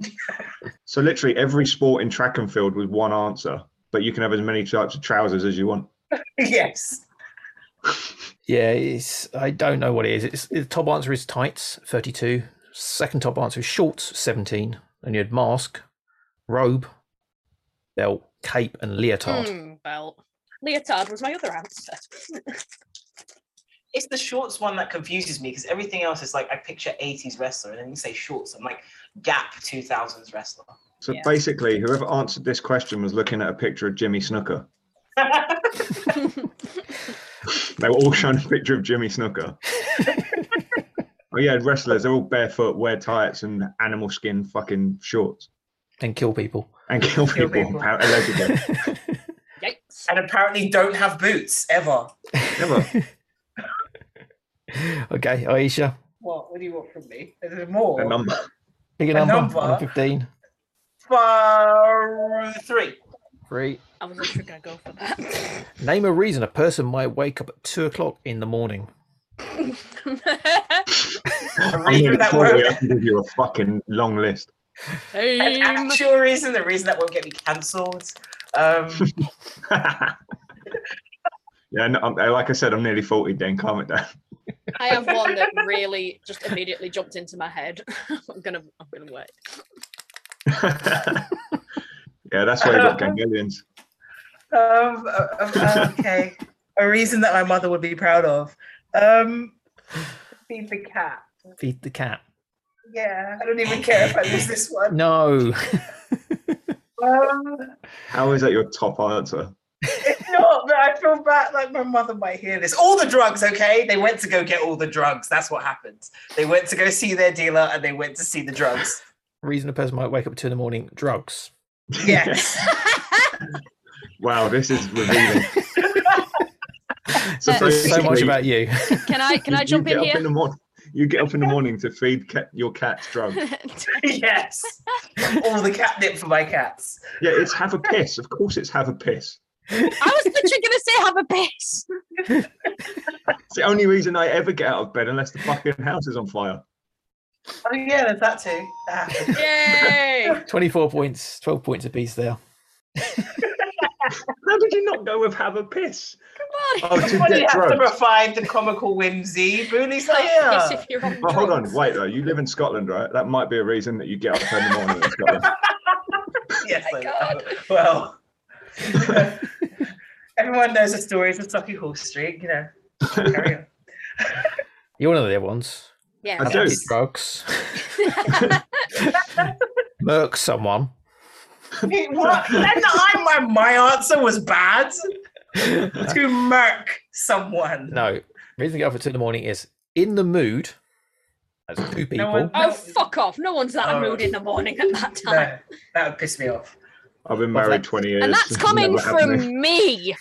E: So literally every sport in track and field was one answer, but you can have as many types of trousers as you want.
D: yes.
A: Yeah, it's I don't know what it is. It's the top answer is tights, 32. Second top answer is shorts, 17. Then you had mask, robe, belt, cape, and leotard.
C: Hmm, belt. Leotard was my other answer. [LAUGHS]
D: It's the shorts one that confuses me because everything else is like I picture 80s wrestler and then you say shorts. I'm like Gap 2000s wrestler.
E: So
C: Yeah.
E: basically, whoever answered this question was looking at a picture of Jimmy Snooker. They were all shown a picture of Jimmy Snooker. oh yeah, wrestlers, they're all barefoot, wear tights and animal skin fucking shorts.
A: And kill people.
E: And kill,
D: Kill
E: people,
D: people. [LAUGHS]
E: apparent- allegedly.
C: Yikes.
D: and apparently don't have boots ever.
E: Never.
A: [LAUGHS] Okay, Aisha,
D: What? What do you want from me? Is there more?
E: A number.
A: pick a
D: A
A: number.
D: number?
A: One to 15.
D: Bar- three.
A: Three.
C: I was literally going to go for that. [LAUGHS]
A: Name a reason a person might wake up at two o'clock in the morning.
E: I'm
D: reason
E: gonna
D: that
E: call
D: won't-
E: you up and give you a fucking long list. [LAUGHS]
D: An
C: Aim.
D: actual reason, the reason that won't get me cancelled.
E: [LAUGHS]
D: Um,
E: yeah, no, I'm, uh, like I said, I'm nearly 40, Then Calm it down. [LAUGHS]
C: I have one that really just immediately jumped into my head. [LAUGHS] I'm gonna, I'm gonna wait.
E: yeah, that's why you
D: [LAUGHS]
E: got ganglions.
D: um, uh, uh, okay. A reason that my mother would be proud of. Um, feed the cat.
A: Feed the cat.
D: Yeah, I don't even care if I lose this one.
A: No. [LAUGHS]
D: Um,
E: How is that your top answer?
D: it's not, but I feel bad. Like my mother might hear this. All the drugs, okay? They went to go get all the drugs. That's what happened. They went to go see their dealer, and they went to see the drugs.
A: reason a person might wake up at two in the morning. Drugs.
D: Yes.
E: Wow, this
C: [LAUGHS]
E: is revealing.
C: That is
A: So much
E: basically,
A: about you. [LAUGHS]
C: Can I, can I
E: you
C: jump
E: get
C: in
E: up
C: here?
E: the morning, you get up in the morning to feed cat, your cat's drugs.
D: [LAUGHS] yes. All the catnip for my cats.
E: Yeah, it's have a piss. Of course, it's have a piss.
C: [LAUGHS] I was literally gonna say have a piss.
E: It's the only reason I ever get out of bed unless the fucking house is on fire.
D: Oh yeah, there's that too.
C: [LAUGHS]
D: That happened.
C: Yay!
A: 24 points, 12 points apiece there.
E: How did you not go with have a piss?
C: Come on.
E: Oh, to
D: Somebody
E: get
D: has to
E: drugs.
D: refine the comical whimsy. Booney's like,
C: Piss
D: yeah.
C: if you're on
E: But Oh, hold on,
C: drugs.
E: wait though. You live in Scotland, right? That might be a reason that you get up in the morning in Scotland.
D: Yes,
C: my
D: I-
C: God.
D: well. [LAUGHS] Everyone knows the stories of Socky Hall Street, you know. Carry on.
A: You're one of the other ones.
C: Yeah.
E: I do.
A: Addicted drugs. Murk someone.
D: what? And I, my, my answer was bad. To murk someone.
A: No. Reason to get up at two in the morning is in the mood. That's two people.
D: No one-
C: Oh, fuck off. No one's that
D: Oh.
C: mood in the morning at that
E: Oh.
C: time.
D: No, that would piss me off.
E: [LAUGHS] I've been
A: What's
E: married
A: that?
E: 20 years.
C: And that's coming
E: Never happening.
C: from [LAUGHS] me.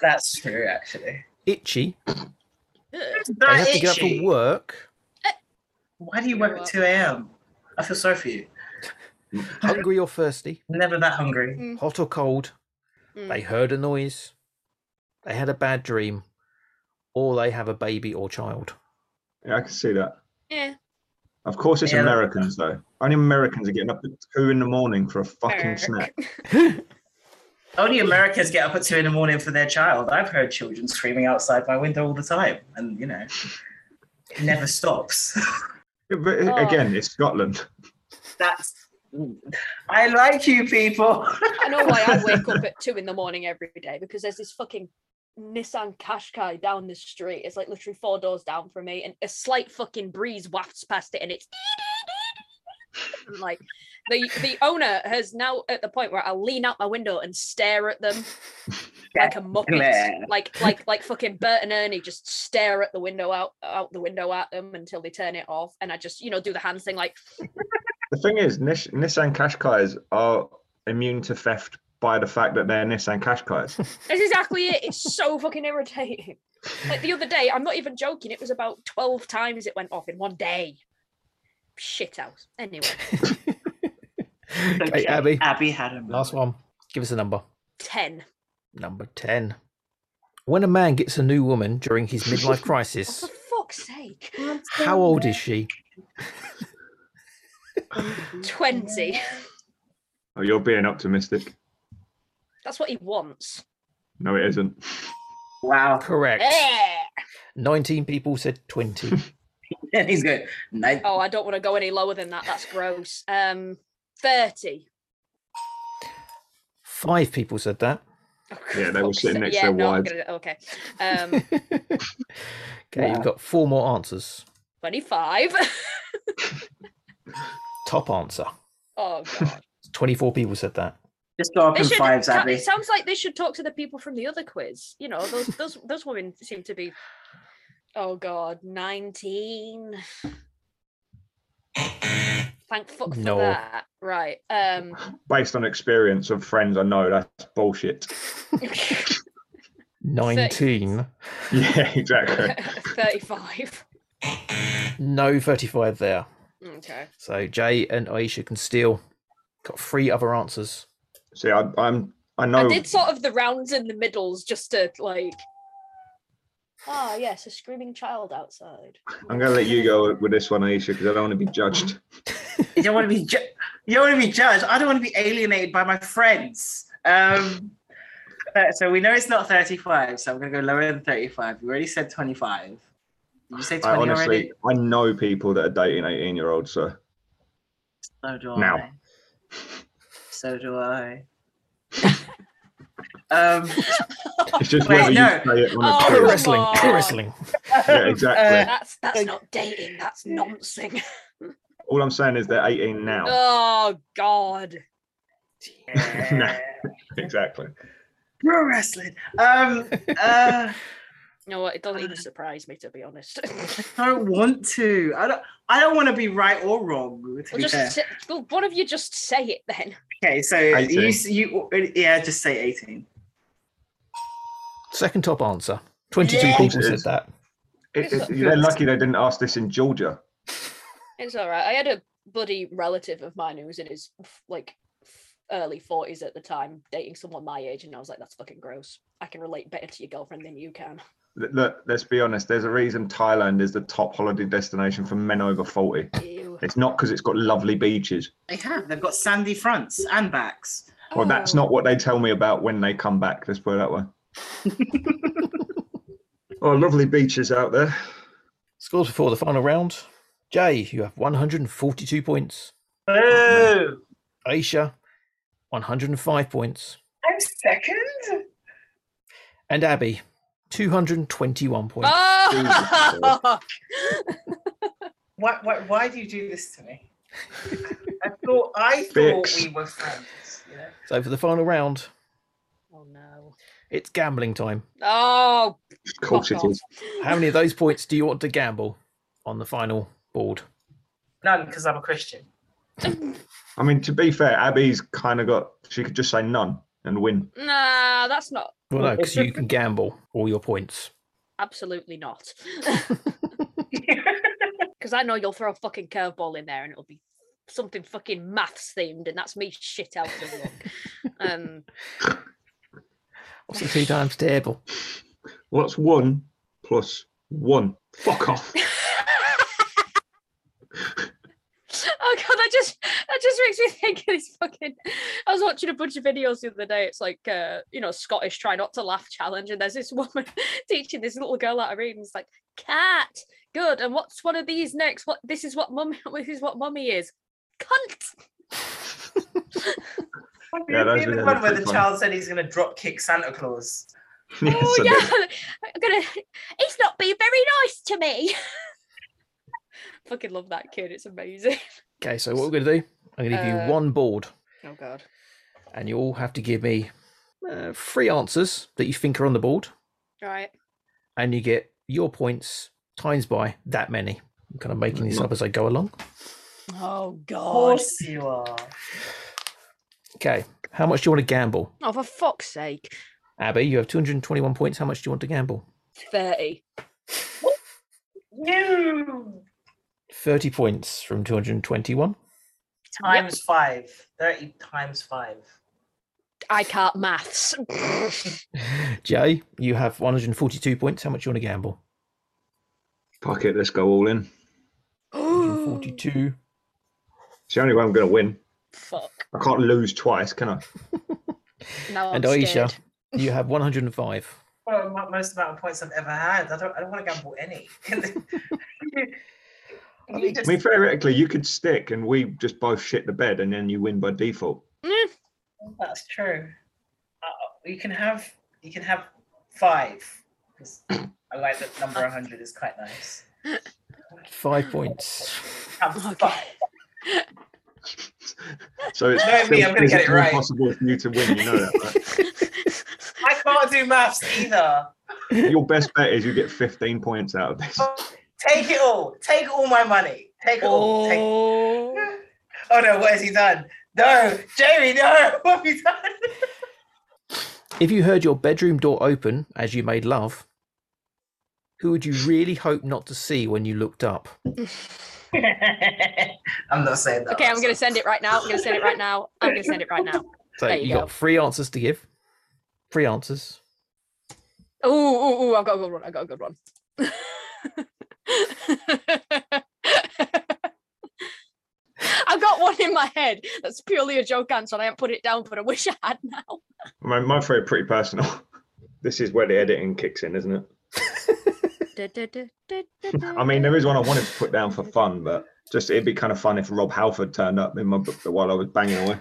D: That's true, actually.
A: Itchy.
C: Ugh.
A: They
D: That
A: have to get up
D: Oh, itchy.
A: for work.
D: Why do you work at 2 a.m.? I feel sorry for you.
A: Hungry or thirsty.
D: Never that hungry.
A: Hot or cold.
C: Mm.
A: They heard a noise. They had a bad dream. Or they have a baby or
D: [LAUGHS]
A: child.
E: Yeah, I can see that.
C: Yeah.
E: Of course, it's
D: Yeah.
E: Americans, though. Only Americans are getting up at two in the morning for a fucking
C: Merk.
E: snack.
D: Only Americans get up at two in the morning for their child. I've heard children screaming outside my window all the time, and you know, it never stops.
E: Yeah, But it-
C: Oh.
E: again, it's Scotland.
D: [LAUGHS] That's. I like you people.
C: I know why I wake up at two in the morning every day because there's this fucking Nissan Qashqai down the street. It's like literally four doors down from me, and a slight fucking breeze wafts past it, and it's and like the the owner has now at the point where I lean out my window and stare at them like a muppet,
D: Claire.
C: like like like fucking Bert and Ernie just stare at the window out out the window at them until they turn it off, and I just you know do the hand thing like
E: The thing is, Nish- Nissan Qashqai's are immune to theft by the fact that they're Nissan
C: [LAUGHS]
E: Qashqai's.
C: That's exactly it. It's so fucking irritating. Like the other day, I'm not even joking. It was about twelve times it went off in one day. Shit house. Anyway,
A: Okay, Abby.
D: Abby had a
A: Last one. Give us a number.
C: ten.
A: Number 10. When a man gets a new woman during his
D: [LAUGHS]
A: midlife crisis,
C: Oh, For fuck's sake,
A: how old is she?
C: twenty.
E: Oh, you're being optimistic.
C: That's what he wants.
E: No, it isn't.
D: Wow. [LAUGHS]
A: Correct.
C: Eh.
A: 19 people said
C: [LAUGHS]
A: 20.
D: And he's going, nice.
C: Oh, I don't want to go any lower than that. That's gross. Um, thirty.
A: Five people said that.
C: Oh, [LAUGHS]
E: Yeah, they were
C: fuck's
E: sitting
C: sake.
E: next to
C: yeah,
E: their
C: no, I'm
E: wives.
C: gonna- okay. Um,
A: [LAUGHS] Okay, you've got four more answers.
C: twenty-five. [LAUGHS]
A: Top answer.
C: oh god.
A: 24 people said that.
D: Just go up
C: They
D: in
C: should,
D: fives,
C: ta- [LAUGHS]
D: Abby.
C: sounds like they should talk to the people from the other quiz. You know, those those those women seem to be. Oh God, nineteen. Thank fuck for
A: No.
C: that. Right. Um.
E: Based on experience of friends I know, that's bullshit. [LAUGHS]
A: 19.
E: Yeah,
C: [LAUGHS]
E: exactly.
C: [LAUGHS] Thirty-five.
A: No 35 there.
C: Okay.
A: So Jay and Aisha can steal. Got three other answers.
E: See, I, I'm, I know.
C: I did sort of the rounds in the middles just to like. Ah yes, a screaming child outside.
E: I'm going to let you go with this one, Aisha, because I don't want to be judged.
D: You don't want to be ju- you don't want to be judged. I don't want to be alienated by my friends. Um, uh, so we know it's not 35, so I'm gonna go lower than 35. You already said 25. Did you say 20
E: I honestly,
D: already?
E: I know people that are dating 18 year
C: [LAUGHS]
E: olds, so
D: So do I.
E: Now.
D: So do I. um,
E: it's just
D: Wait,
E: whether
D: no.
E: you say it on a
C: Oh,
A: Pro
C: come
E: quiz.
A: wrestling. Pro
C: on.
A: wrestling.
E: [LAUGHS] Yeah,
D: [LAUGHS]
E: exactly.
C: That's that's not dating. That's noncing.
E: All I'm saying is they're 18 now.
C: Oh God.
E: No. Exactly.
D: pro wrestling. Um, uh,
C: You know what? It
D: [LAUGHS]
C: doesn't even surprise me to be honest. [LAUGHS]
D: I don't want to. I don't. I don't want to be right or wrong. To
C: Well,
D: be
C: just
D: fair.
C: say, well, one of you just say it then. [LAUGHS]
D: Okay, so
E: 18.
D: you s- you uh, yeah, just say 18.
A: Second top answer. 22
D: Yeah.
A: people said that.
E: It,
C: It's
E: it, they're lucky they didn't ask this in Georgia.
C: It's all right. I had a buddy relative of mine who was in his f- like f- early forties at the time, dating someone my age, and I was like, "That's fucking gross. I can relate better to your girlfriend than you can."
E: Look, Look, let's be honest. There's a reason Thailand is the top holiday destination for men over 40.
C: [LAUGHS] Ew. [LAUGHS]
E: It's not because it's got lovely beaches.
D: They have. They've got sandy fronts and backs.
E: Well, that's
C: Oh.
E: not what they tell me about when they come back. Let's put it that way. [LAUGHS] oh, lovely beaches out there.
A: Scores before the final round. Jay, you have 142 points.
D: Boo!
A: Aisha, 105 points.
D: I'm second.
A: And Abby, 221 points.
C: Oh!
D: Why, why, why do you do this to me? I thought I thought
E: Fix.
D: we were friends. You know?
A: So for the final round,
C: Oh no.
A: it's gambling time.
C: Oh,
E: Of course
C: fuck
E: it is.
C: off.
A: How many of those points do you want to gamble on the final board?
D: None, because I'm a Christian.
E: I mean, to be fair, Abby's kind of got. She could just say none and win.
C: Nah, that's not.
A: Well, no, because you can gamble all your points.
C: Absolutely [LAUGHS] not. Because I know you'll throw a fucking curveball in there and it'll be something fucking maths themed, and that's me shit out of luck. [LAUGHS] um,
A: What's the two times table?
E: What's one plus one? Fuck [LAUGHS] off.
C: oh god, that just that just makes me think of this fucking. I was watching a bunch of videos the other day. It's like uh, you know Scottish try not to laugh challenge, and there's this woman [LAUGHS] teaching this little girl how to read, and it's like cat, good. And what's one of these next? What this is what mummy [LAUGHS] this is what mummy is. Cunt.
E: Yeah,
D: Remember the
E: those were the
D: one where
E: quick
D: the
E: ones.
D: child said he's going to drop kick Santa Claus.
E: Yes,
C: Oh
E: I did.
C: yeah, [LAUGHS] I'm gonna. He's not being very nice to me. [LAUGHS] Fucking love that kid. It's amazing.
A: Okay, so what we're going to do, I'm going to give
C: Uh,
A: you one board,
C: Oh god.
A: and you all have to give me uh, three answers that you think are on the board,
C: Right.
A: and you get your points times by that many. I'm kind of making this up as I go along.
C: Oh
D: Of
C: god.
D: course you are.
A: Okay, how much do you want to gamble?
C: Oh for fuck's sake.
A: Abby, you have 221 points. How much do you want to gamble?
C: Thirty.
D: You
A: 30 points from 221.
D: times five. 30 times five.
C: I can't [LAUGHS] maths.
A: Jay, you have 142 points. How much do you want to gamble?
E: Fuck it. Let's go all in.
C: Ooh,
A: 42.
E: It's the only way I'm going to win.
C: Fuck.
E: I can't lose twice, can I?
C: Now I'm
A: and Aisha,
C: [LAUGHS] scared.
A: you have 105.
D: Well, mo- most amount of points I've ever had. I don't, I don't want to gamble any. [LAUGHS] You
E: I
D: just-
E: mean, theoretically, you could stick and we just both shit the bed and then you win by default.
D: That's true. Uh, you can have you can have five. 'cause I like that number hundred is quite nice.
A: Five points.
D: Have
C: Okay.
D: five.
E: So
D: [LAUGHS]
E: it's
D: Knowing me,
E: still
D: I'm gonna get it
E: physically
D: right.
E: impossible for you to win. You know that.
D: I can't do maths either.
E: right? Your best bet is you get 15 points out of this. [LAUGHS]
D: Take it all. Take all my money. Take it all. Take...
C: oh.
D: [LAUGHS] Oh no, what has he done? No, Jamie, no, [LAUGHS] what have you done?
A: If you heard your bedroom door open as you made love, who would you really hope not to see when you looked up?
D: I'm not saying that.
C: Okay, I'm
D: [LAUGHS]
C: gonna send it right now. I'm gonna send it right now. I'm gonna send it right now.
A: So
C: There
A: you,
C: you go.
A: got three answers to give. Three answers.
C: Ooh, ooh, ooh, I've got a good one. [LAUGHS] I've got a good one. I've got one in my head that's purely a joke answer and I haven't put it down, but I wish I had now. [LAUGHS]
E: My, my three are pretty personal. [LAUGHS] This is where the editing kicks in, isn't it? I mean, there is one I wanted to put down for fun, but just it'd be kind of fun if Rob Halford turned up in my book while I was banging away.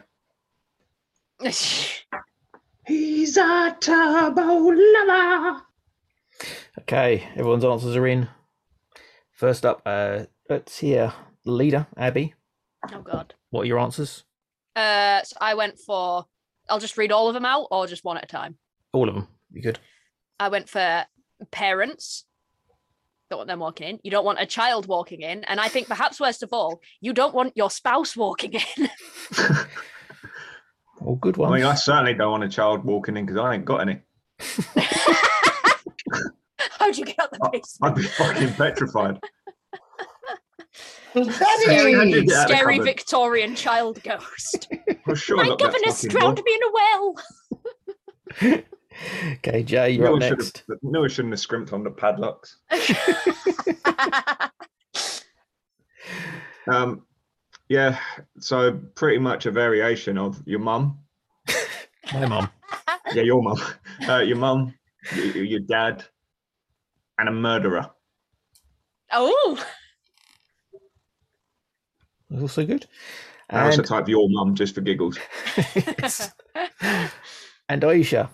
E: He's a turbo lover.
A: Okay, everyone's answers are in. First up, uh, let's hear leader, Abby.
C: oh god.
A: What are your answers?
C: Uh, so I went for. I'll just read all of them out, or just one at a time.
A: All of them. You good?
C: I went for parents. Don't want them walking in. You don't want a child walking in, and I think perhaps worst of all, you don't want your spouse walking in. [LAUGHS]
A: All good
E: I
A: ones.
E: mean, I certainly don't want a child walking in because I ain't got any.
C: How'd you get out the basement?
E: I'd be [LAUGHS] fucking petrified.
D: Daddy!
E: get out of the
C: Scary
E: cupboard.
C: Victorian child
E: [LAUGHS]
C: ghost.
E: For sure,
C: My
E: not that
C: governess
E: fucking
C: drowned
E: door.
C: me in a well.
A: okay, Jay, you're
E: Knew
A: up
E: I should have-
A: next.
E: knew I shouldn't have scrimped on the
A: [LAUGHS]
E: padlocks. Um, yeah, so pretty much a variation of your mum.
A: My mum.
E: Yeah, your mum. [LAUGHS] Uh, your mum, y- y- your dad, and a murderer.
C: oh,
A: That's also good.
E: I also
A: And,
E: type your mum just for giggles.
A: [LAUGHS] Yes. and Aisha.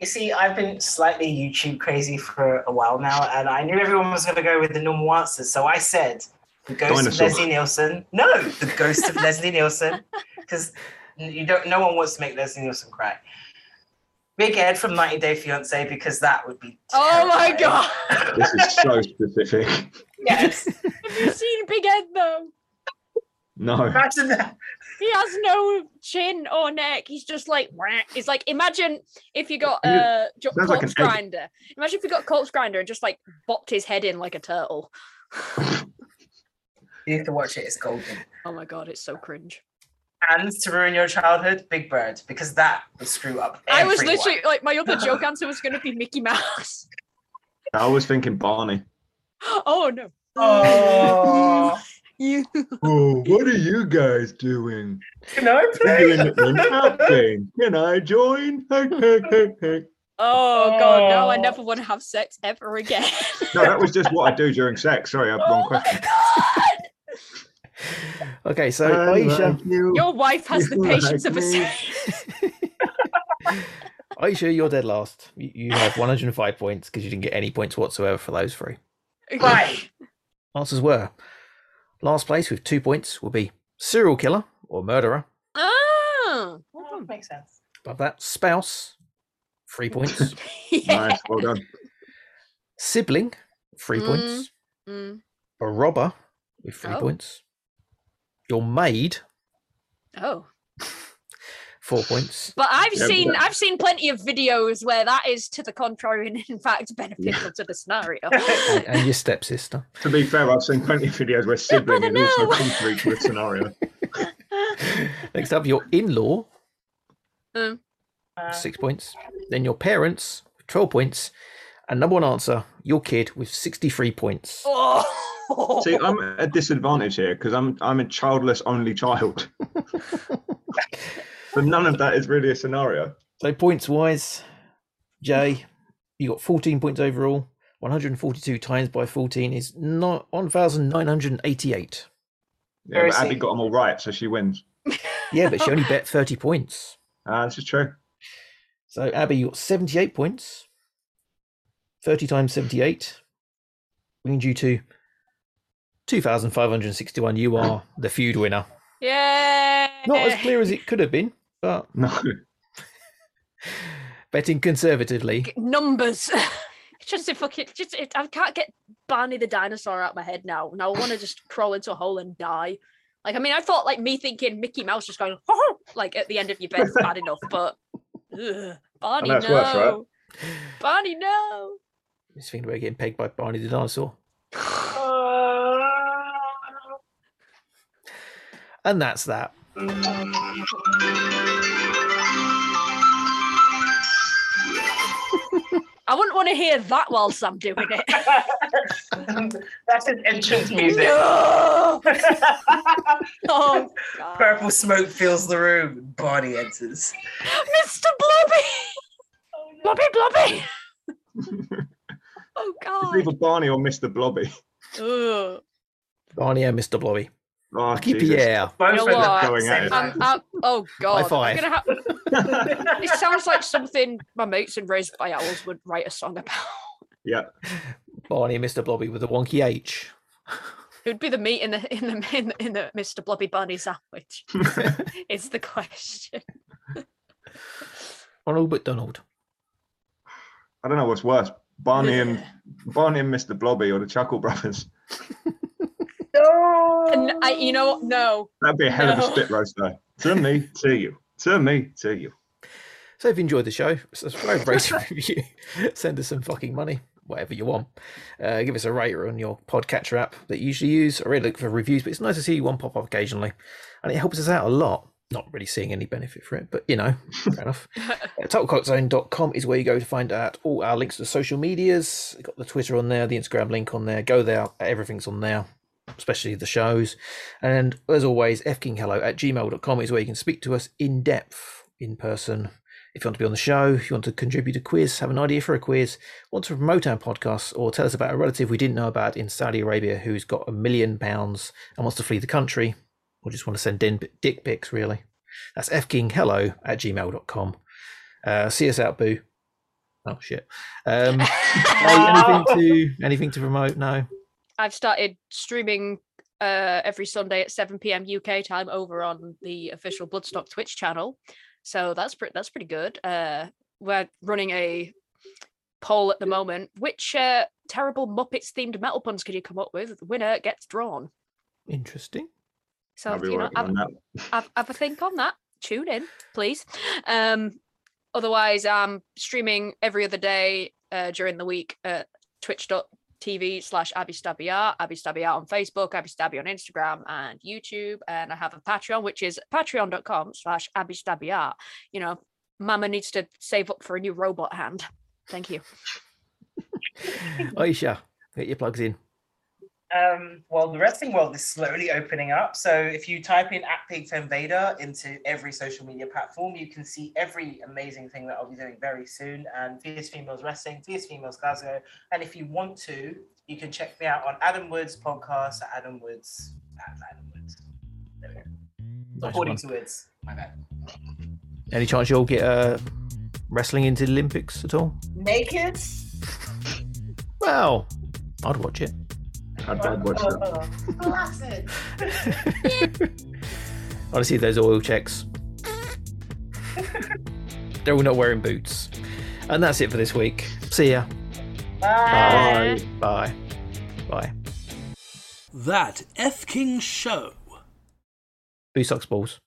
D: You see, I've been slightly YouTube crazy for a while now, and I knew everyone was going to go with the normal answers, so I said The ghost
E: Dinosaur.
D: of Leslie Nielsen. No, the ghost of Leslie Nielsen. Because you don't no one wants to make Leslie Nielsen cry. Big Ed from 90 Day Fiance, because that would be
C: Oh my
D: terrifying.
C: god!
E: This is [LAUGHS] so specific. [LAUGHS]
D: Yes.
C: Have you seen Big Ed though?
E: No.
D: [LAUGHS] Imagine that.
C: He has no chin or neck. He's just like, "Wah." it's like imagine if you got
E: Yeah,
C: a jo-
E: sounds
C: corpse
E: like an egg.
C: grinder. Imagine if you got a corpse grinder and just like bopped his head in like a turtle.
D: You have to watch it, it's golden.
C: Oh my god, it's so cringe.
D: And to ruin your childhood, Big Bird, because that would screw up.
C: I was
D: everyone.
C: literally like, my other joke answer was going to be Mickey Mouse. [LAUGHS]
E: I was thinking Barney.
C: oh no. [LAUGHS]
D: Oh,
C: You.
E: Oh, what are you guys doing?
D: can I play?
E: [LAUGHS] Can I join? [LAUGHS]
C: Oh god, no! I
D: Oh.
C: never want to have sex ever
E: [LAUGHS]
C: again. [LAUGHS]
E: No, that was just what I do during sex. Sorry, I have wrong
C: Oh my
E: question.
A: Okay, so Aisha,
C: Your wife has the
E: You
C: patience
E: like
C: of a
E: me.
C: saint.
A: Aisha, you're dead last. You, you have 105 points because you didn't get any points whatsoever for those three.
D: Right.
A: Answers were last place with two points will be serial killer or murderer.
C: [LAUGHS] Oh. [LAUGHS]
D: Oh, makes sense.
A: Above that, spouse, three
C: [LAUGHS]
A: points.
C: Yeah.
E: Nice, well done.
A: Sibling, three
C: Mm.
A: points.
C: Mm.
A: A robber with three
C: Oh.
A: points. Your maid,
C: Oh.
A: four
C: [LAUGHS]
A: points.
C: But I've
E: Yeah,
C: seen I've seen plenty of videos where that is to the contrary and in fact beneficial to the scenario.
E: [LAUGHS]
A: And, and your stepsister.
E: To be fair, I've seen plenty of videos where sibling is
C: brother,
E: also
C: no.
E: contrary to the scenario.
A: Next up, your in law,
D: Uh,
A: six points. Then your parents, 12 points. And number one answer, your kid with 63 points.
C: oh.
E: See, I'm at a disadvantage here because I'm I'm a childless only
C: [LAUGHS]
E: child. so none of that is really a scenario.
A: So, points wise, Jay, you got 14 points overall. 142 times by 14 is not 1,988.
E: Yeah,
D: Where
E: but
D: is
E: Abby
D: he?
E: got them all right, so she wins.
A: Yeah, but she only bet 30 points.
E: Uh, this is true. [LAUGHS]
A: So Abby, you got 78 points. 30 times 78 brings you to 2,561. You are the feud winner.
C: [LAUGHS] Yeah.
A: Not as clear as it could have been, but
E: No,
A: betting conservatively.
C: numbers. [LAUGHS] just if fucking just it, I can't get Barney the dinosaur out of my head now. Now I want to just crawl into a hole and die. Like I mean, I thought like me thinking Mickey Mouse just going like at the end of your
E: [LAUGHS]
C: bed's bad enough, but ugh, Barney
E: that's worse, right?
C: no, Barney no.
A: Just thinking about getting pegged by Barney the dinosaur. And that's that.
C: I wouldn't want to hear that whilst I'm doing it.
E: [LAUGHS]
D: That's his entrance music.
C: [LAUGHS] No! Oh, God.
D: Purple smoke fills the room. Barney enters.
C: Mr. Blobby! Blobby, Blobby! oh,
E: it's
C: God.
E: either Barney or Mr. Blobby. [LAUGHS]
C: Ugh.
A: Barney and Mr. Blobby.
E: Oh,
A: Lucky
E: Jesus. [LAUGHS]
A: Pierre.
D: Both
C: know
D: went
C: what?
D: at the
E: Going at
D: same
E: it.
C: Um,
D: time.
C: uh, oh, God.
A: five.
C: I'm gonna ha-
D: It
C: it sounds like something my mates in Raised by Owls would write a song about.
A: Barney and Mr. Blobby with a wonky H.
C: It would be the meat in the in the in the, in the Mr. Blobby Bunny sandwich. is the question.
A: Ronald McDonald.
E: I don't know what's worse,
C: [LAUGHS]
E: Barney and Barney and Mr. Blobby or the Chuckle Brothers. [LAUGHS]
C: And I, you know, what?
E: [LAUGHS]
C: no.
E: That'd be a hell of
C: No.
E: a spit roast, though. To me, to you. To me, to you.
A: So if you enjoyed the show, subscribe, rate, and review, [LAUGHS] send us some fucking money, whatever you want. Uh, give us a rate on your podcatcher app that you usually use. I really look for reviews, but it's nice to see one pop up occasionally, and it helps us out a lot. Not really seeing any benefit for it, but you know, fair enough. Uh, TotalCockzone.com is where you go to find out all our links to social medias. We've got the Twitter on there, the Instagram link on there. Go there, everything's on there, especially the shows. And as always, fkinghello at gmail.com is where you can speak to us in depth, in person, if you want to be on the show, if you want to contribute a quiz, have an idea for a quiz, want to promote our podcast, or tell us about a relative we didn't know about in Saudi Arabia who's got a million pounds and wants to flee the country, or just want to send in dick pics, really, that's fkinghello at gmail.com. Uh, see us out, boo. Oh, shit. Um, hey, anything, to, anything to promote? No.
C: I've started streaming uh, every Sunday at 7 p.m. UK time over on the official Bloodstock Twitch channel. So that's pretty that's pretty good. Uh, we're running a poll at the moment. Which uh, terrible Muppets themed metal puns could you come up with? The winner gets drawn.
A: Interesting.
C: So
E: I'll be
C: you know,
E: working
C: have,
E: on that.
C: have, have a think on that. Tune in, please. Um, otherwise, I'm streaming every other day uh, during the week at twitch.tv slash Abby Stabby Art, Abby Stabby Art on Facebook, Abby Stabby on Instagram and YouTube. And I have a Patreon, which is patreon.com slash Abby Stabby Art. You know, Mama needs to save up for a new robot hand. Thank you.
A: [LAUGHS] Aisha, get your plugs in.
D: Um, well, the wrestling world is slowly opening up. So if you type in at Pigpen Vader into every social media platform, you can see every amazing thing that I'll be doing very soon. And Fierce Females Wrestling, Fierce Females Glasgow. And if you want to, you can check me out on Adam Woods podcast at Adam Woods at Adam Woods. There we go.
A: Nice
D: According
A: one.
D: to Woods. My bad.
A: Any chance you'll get uh, wrestling into the Olympics at all?
D: Naked?
A: Well, I'd watch it.
E: I'd, I'd
D: Uh,
E: watch that.
D: Classic.
A: Honestly, those oil checks. They're all not wearing boots. And that's it for this week. See ya.
D: Bye.
C: Bye.
A: Bye. Bye.
B: That F King Show.
A: Who sucks balls?